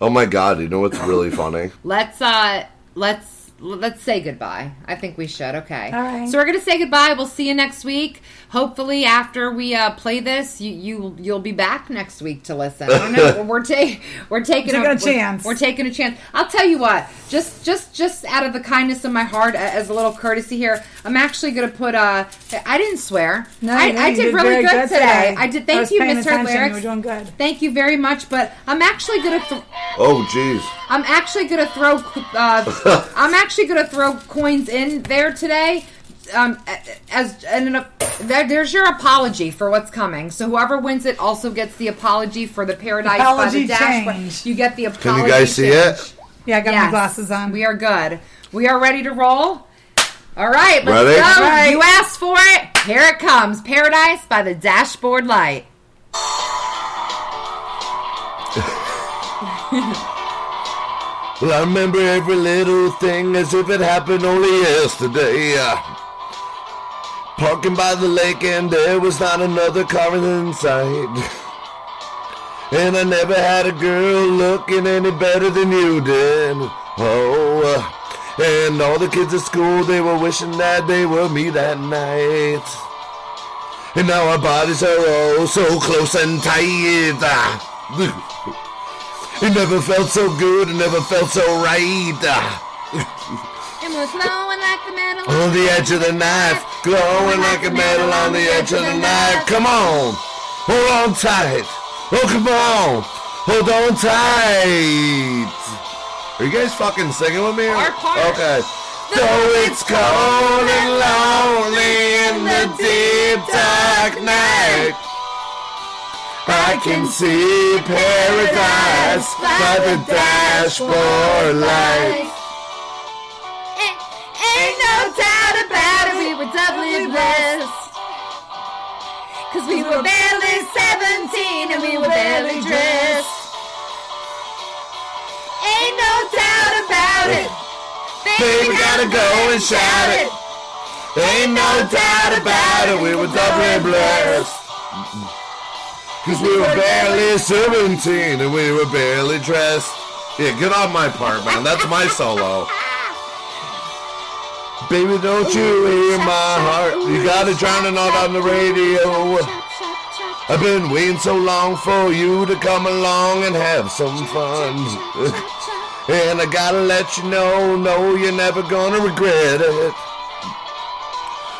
Speaker 2: Oh my god! You know what's really funny?
Speaker 1: Let's uh, let's let's say goodbye. I think we should. Okay.
Speaker 3: All right.
Speaker 1: So we're gonna say goodbye. We'll see you next week. Hopefully, after we uh, play this, you you you'll be back next week to listen. I don't
Speaker 3: (laughs)
Speaker 1: know. we're taking we're taking
Speaker 3: Taking a chance.
Speaker 1: We're, taking a chance. I'll tell you what. Just just just out of the kindness of my heart, a- as a little courtesy here, I'm actually gonna put. Uh, I didn't swear.
Speaker 3: No,
Speaker 1: I,
Speaker 3: you didn't.
Speaker 1: I
Speaker 3: You
Speaker 1: did really
Speaker 3: very
Speaker 1: good, today. I did. Thank
Speaker 3: was
Speaker 1: you,
Speaker 3: paying
Speaker 1: Miss
Speaker 3: attention.
Speaker 1: Lyrics.
Speaker 3: You were doing good.
Speaker 1: Thank you very much, but I'm actually gonna. Th-
Speaker 2: Oh jeez.
Speaker 1: I'm actually gonna throw.
Speaker 2: (laughs)
Speaker 1: Uh, I'm actually gonna throw coins in there today. Um, as and an, there, there's your apology for what's coming. So whoever wins it also gets the apology for the paradise by
Speaker 3: Apology
Speaker 1: the dashboard.
Speaker 3: change.
Speaker 1: You get the apology.
Speaker 2: Can you guys see
Speaker 1: change.
Speaker 2: it?
Speaker 3: Yeah, I got
Speaker 1: Yes.
Speaker 3: my glasses on.
Speaker 1: We are good. We are ready to roll. All right, let's
Speaker 2: Ready?
Speaker 1: go.
Speaker 2: Right.
Speaker 1: You asked for it. Here it comes. Paradise by the dashboard light.
Speaker 2: Well, I remember every little thing as if it happened only yesterday. Uh, Parking by the lake, and there was not another car in sight. (laughs) And I never had a girl looking any better than you did. Oh, uh, and all the kids at school, they were wishing that they were me that night. And now our bodies are all so close and tight. Ah. It never felt so good, it never felt so right. Ah,
Speaker 1: It was flowing like the metal.
Speaker 2: On the edge of the knife, glowing like a metal on the edge of the knife. Come on, hold on tight. Oh, come on, hold on tight. Are you guys fucking singing with me?
Speaker 1: Our part.
Speaker 2: Okay. Though it's cold and lonely in the deep dark night, I can see paradise by the dashboard light.
Speaker 1: Ain't, ain't no doubt about it, we were doubly blessed. Cause we were barely 17 and we were barely dressed. Ain't no doubt about it.
Speaker 2: Baby, gotta go and shout it. Ain't no doubt about it, we were doubly blessed. Cause we were barely 17 and we were barely dressed. Yeah, get on my part, man. That's my solo. Baby, don't you hear my heart? You gotta drown it out on the radio. (laughs) I've been waiting so long for you to come along and have some fun. And I gotta let you know, no, you're never gonna regret it.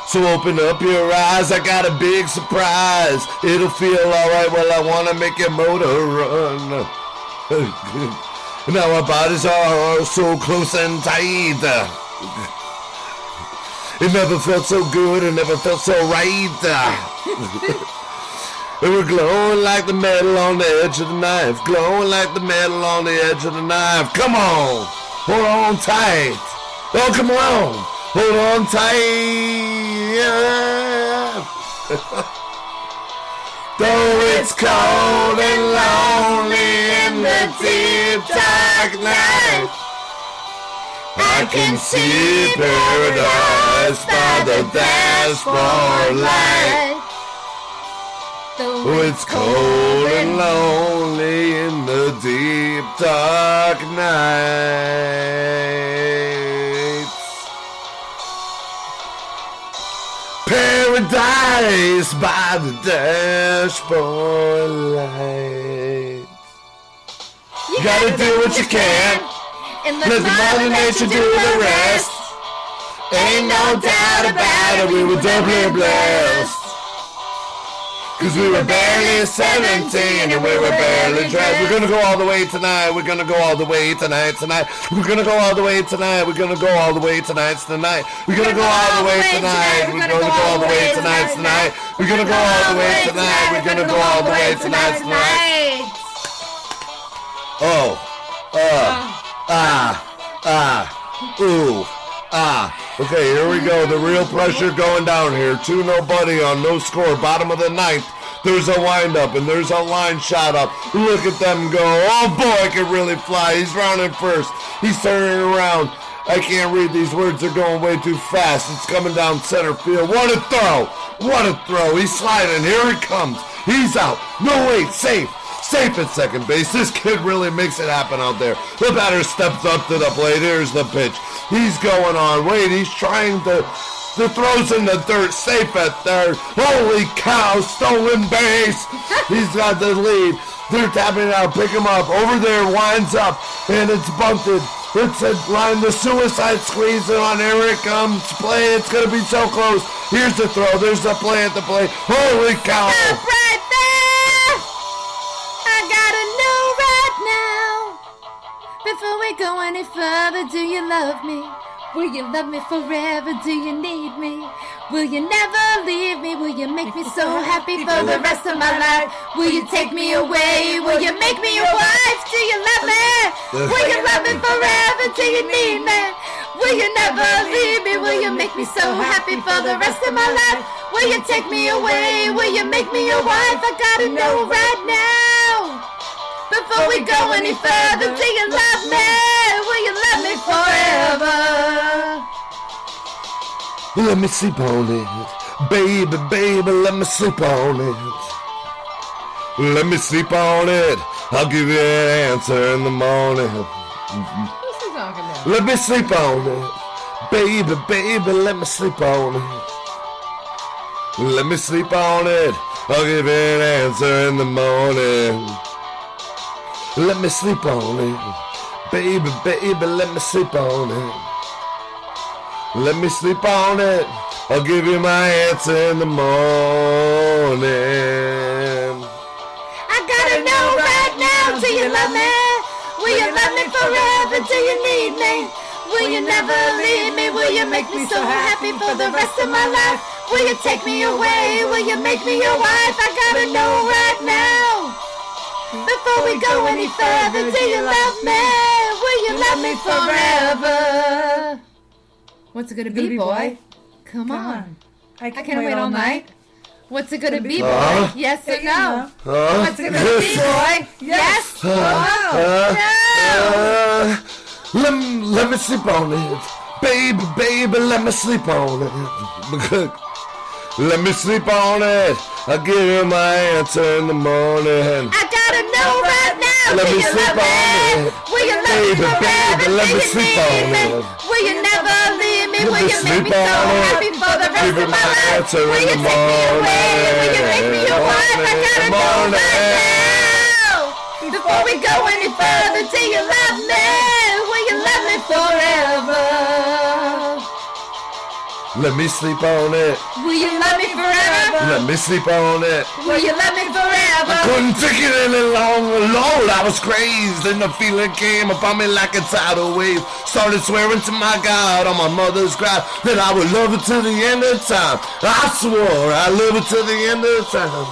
Speaker 2: So open up your eyes, I got a big surprise. It'll feel alright, well, I wanna make your motor run. (laughs) now our bodies are so close and tight. It never felt so good, it never felt so right. We were glowing like the metal on the edge of the knife. Glowing like the metal on the edge of the knife. Come on. Hold on tight. Oh, come on. Hold on tight. (laughs) Though it's cold and lonely in the deep dark night, I can see paradise by the dashboard light. Oh, it's cold and lonely in the deep dark night. Paradise by the dashboard light. You gotta do what you can.
Speaker 5: And
Speaker 2: Let Mother Nature do the rest. Ain't no doubt about it, we were doubly blessed. Cause we were barely 17 and we were barely dressed. We're gonna go all the way tonight. We're gonna go all the way tonight, tonight. We're gonna go all the way tonight. We're gonna go all the way tonight, tonight. We're gonna go all the way tonight. We're gonna go all the way tonight, tonight. We're gonna go all the way tonight. We're gonna go all the way tonight, tonight. Oh, uh, ah, ah, ooh, ah. Okay, here we go. The real pressure going down here. Two nobody on no score. Bottom of the ninth. There's a windup and there's a line shot up. Look at them go. Oh boy, I can really fly. He's rounding first. He's turning around. I can't read these words. They're going way too fast. It's coming down center field. What a throw! What a throw! He's sliding. Here he comes. He's out. No wait, safe safe at second base. This kid really makes it happen out there. The batter steps up to the plate. Here's the pitch. He's going on. Wait, he's trying to. The throw's in the dirt, safe at third. Holy cow, stolen base. He's got the lead. They're tapping it out. Pick him up. Over there, winds up, and it's bunted. It's a line, the suicide squeeze it on. Here it comes. Play. It's going to be so close. Here's the throw. There's the play at the plate. Holy cow.
Speaker 5: (laughs) Right there! I gotta know right now. Before we go any further, do you love me? Will you love me forever? Do you need me? Will you never leave me? Will you make me so (laughs) happy for the rest of my life? Will you take me away? Will you make me your wife? Do you love me? Will you love me forever? Do you need me? Will you never leave me? Will you make me so happy for the rest of my life? Will you take me away? Will you make me your wife? I gotta know right now. Before we go any further, do you love me? Will you love me forever?
Speaker 2: Let me sleep on it. Baby, baby, let me sleep on it. Let me sleep on it. I'll give you an answer in the morning.
Speaker 5: Who's he talking to?
Speaker 2: Let me sleep on it. Baby, baby, let me sleep on it. Let me sleep on it. I'll give you an answer in the morning. Let me sleep on it. Baby, baby, let me sleep on it. Let me sleep on it. I'll give you my answer in the morning.
Speaker 5: I gotta know right now, do you love me? Will you love me forever? Do you need me? Will you never leave me? Will you make me so happy for the rest of my life? Will you take me away? Will you make me your wife? I gotta know right now. Before we go any further, do you love me? Will you love me forever? What's it gonna be, boy? Come on.
Speaker 3: I can,
Speaker 5: I can wait all night. What's it gonna be, boy?
Speaker 2: Uh-huh.
Speaker 5: Yes or
Speaker 3: you
Speaker 5: no?
Speaker 3: know.
Speaker 2: Huh?
Speaker 5: What's it
Speaker 2: (laughs)
Speaker 5: gonna be, boy? Yes.
Speaker 2: Uh,
Speaker 5: No.
Speaker 2: uh, let, me- let me sleep on it. Baby, baby, let me sleep on it. (laughs) let me sleep on it. I'll give you my answer in the morning.
Speaker 5: I gotta know right now.
Speaker 2: Let
Speaker 5: do
Speaker 2: me
Speaker 5: you
Speaker 2: sleep
Speaker 5: love me?
Speaker 2: on it.
Speaker 5: Will you love me
Speaker 2: Baby,
Speaker 5: forever?
Speaker 2: baby, let
Speaker 5: Do
Speaker 2: me
Speaker 5: you
Speaker 2: sleep
Speaker 5: need
Speaker 2: on
Speaker 5: me?
Speaker 2: it.
Speaker 5: Will you never leave me?
Speaker 2: Let
Speaker 5: Will
Speaker 2: me
Speaker 5: you make me
Speaker 2: sleep
Speaker 5: so
Speaker 2: on it.
Speaker 5: happy for the rest
Speaker 2: Give me
Speaker 5: of my
Speaker 2: my
Speaker 5: life?
Speaker 2: answer in
Speaker 5: Will
Speaker 2: the
Speaker 5: you take me away? Will you make me your
Speaker 2: morning,
Speaker 5: wife? I gotta know
Speaker 2: morning.
Speaker 5: right now. Before we go any further, do you love me? Will you love me forever?
Speaker 2: Let me sleep on it.
Speaker 5: Will you love me forever?
Speaker 2: Let me sleep on it.
Speaker 5: Will you love me forever?
Speaker 2: Couldn't take it any longer, Lord. I was crazed, and the feeling came upon me like a tidal wave. Started swearing to my God on my mother's ground that I would love her to the end of time. I swore I'd love her to the end of time.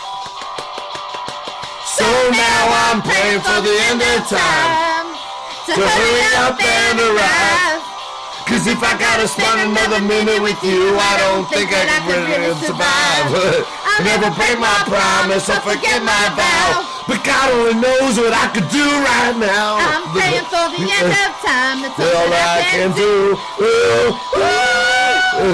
Speaker 2: So Oh, now I'm praying for the end of time.
Speaker 5: To
Speaker 2: So hurry up and arrive. Oh, Cause if I gotta spend another minute with you, I don't think I can really survive. (laughs) I never break my promise or forget my vow. But God only knows what I could do right now.
Speaker 5: I'm praying for the end
Speaker 2: (laughs)
Speaker 5: of time. That's
Speaker 2: That's all
Speaker 5: all that
Speaker 2: I can do. Ooh, ooh,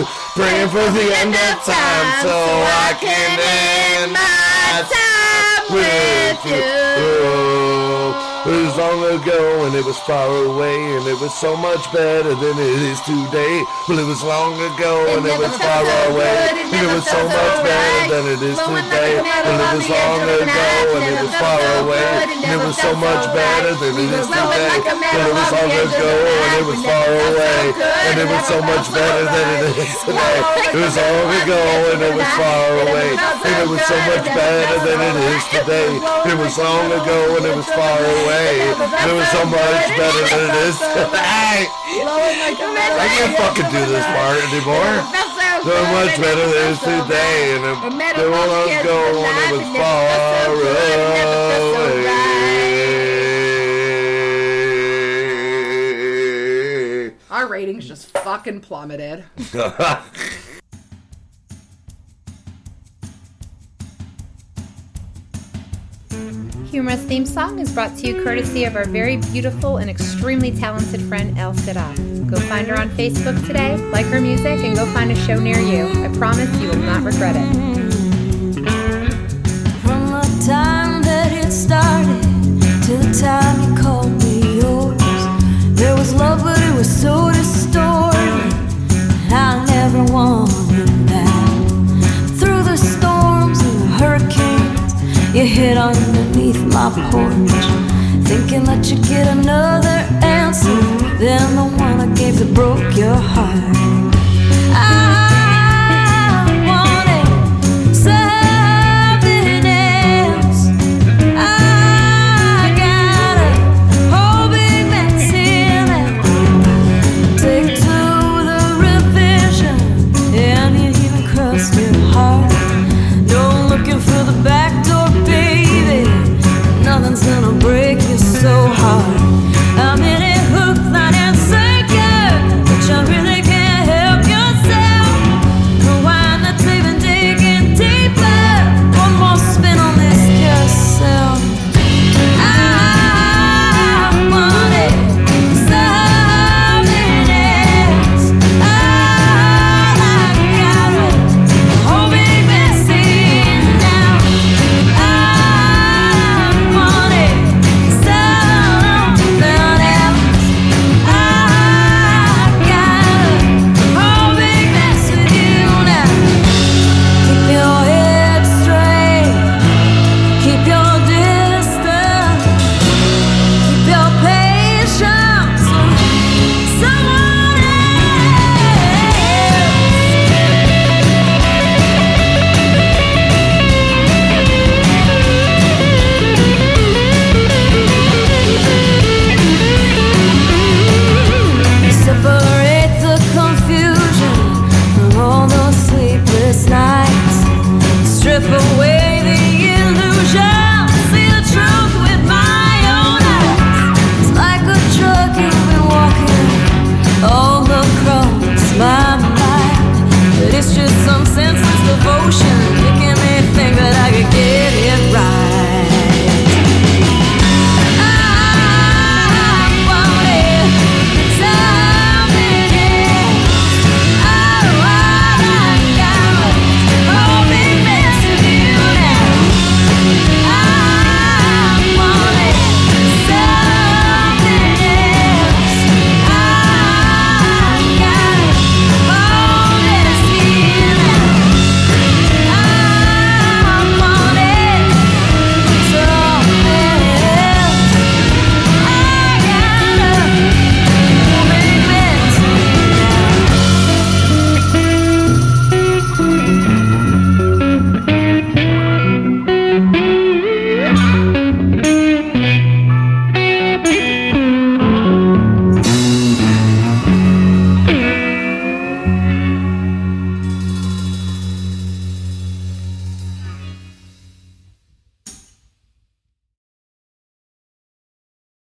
Speaker 2: ooh. Praying for the end of time so I can end my
Speaker 5: time with you.
Speaker 2: Oh, It was long ago and it was far away and it was so much better than it is today. Well, it was long ago
Speaker 1: It
Speaker 2: and it
Speaker 1: never
Speaker 2: was
Speaker 1: felt
Speaker 2: far
Speaker 1: so
Speaker 2: away
Speaker 1: good, it
Speaker 2: and it
Speaker 1: never
Speaker 2: was
Speaker 1: felt
Speaker 2: so
Speaker 1: so
Speaker 2: much better
Speaker 1: right.
Speaker 2: than it is
Speaker 1: Blowing like a
Speaker 2: today.
Speaker 1: candle
Speaker 2: Well, it
Speaker 1: on
Speaker 2: was
Speaker 1: the edge of
Speaker 2: long
Speaker 1: the
Speaker 2: ago
Speaker 1: night,
Speaker 2: and it
Speaker 1: never
Speaker 2: was
Speaker 1: felt
Speaker 2: far
Speaker 1: so
Speaker 2: away
Speaker 1: good, it
Speaker 2: and it
Speaker 1: never
Speaker 2: was so
Speaker 1: felt so
Speaker 2: much better
Speaker 1: right. We
Speaker 2: than it
Speaker 1: were
Speaker 2: is
Speaker 1: blowing
Speaker 2: today.
Speaker 1: like a
Speaker 2: Well, it
Speaker 1: candle on the
Speaker 2: was long
Speaker 1: edge of the
Speaker 2: ago and
Speaker 1: night,
Speaker 2: it was
Speaker 1: it never felt
Speaker 2: far
Speaker 1: so
Speaker 2: away
Speaker 1: good,
Speaker 2: and it
Speaker 1: it
Speaker 2: was so
Speaker 1: never
Speaker 2: much
Speaker 1: felt so
Speaker 2: better than
Speaker 1: right.
Speaker 2: it is today. It was long ago and it was far away and it was so much better than it is today. It was long ago and it was far away. It was so much better than it is today.
Speaker 3: Blowing like a
Speaker 2: I can't fucking do this part anymore. So much better than it is today, and it it will not go when it was far away.
Speaker 1: Our ratings just fucking plummeted.
Speaker 2: (laughs)
Speaker 1: Humorous theme song is brought to you courtesy of our very beautiful and extremely talented friend El Sidon. Go find her on Facebook today, like her music, and go find a show near you. I promise you will not regret it.
Speaker 6: From the time that it started to the time you called me yours, there was love, but it was so distorted. I never wanted that. Through the storms and the hurricanes, you hid underneath my porch, thinking that you'd get another answer than the one I gave that broke your heart.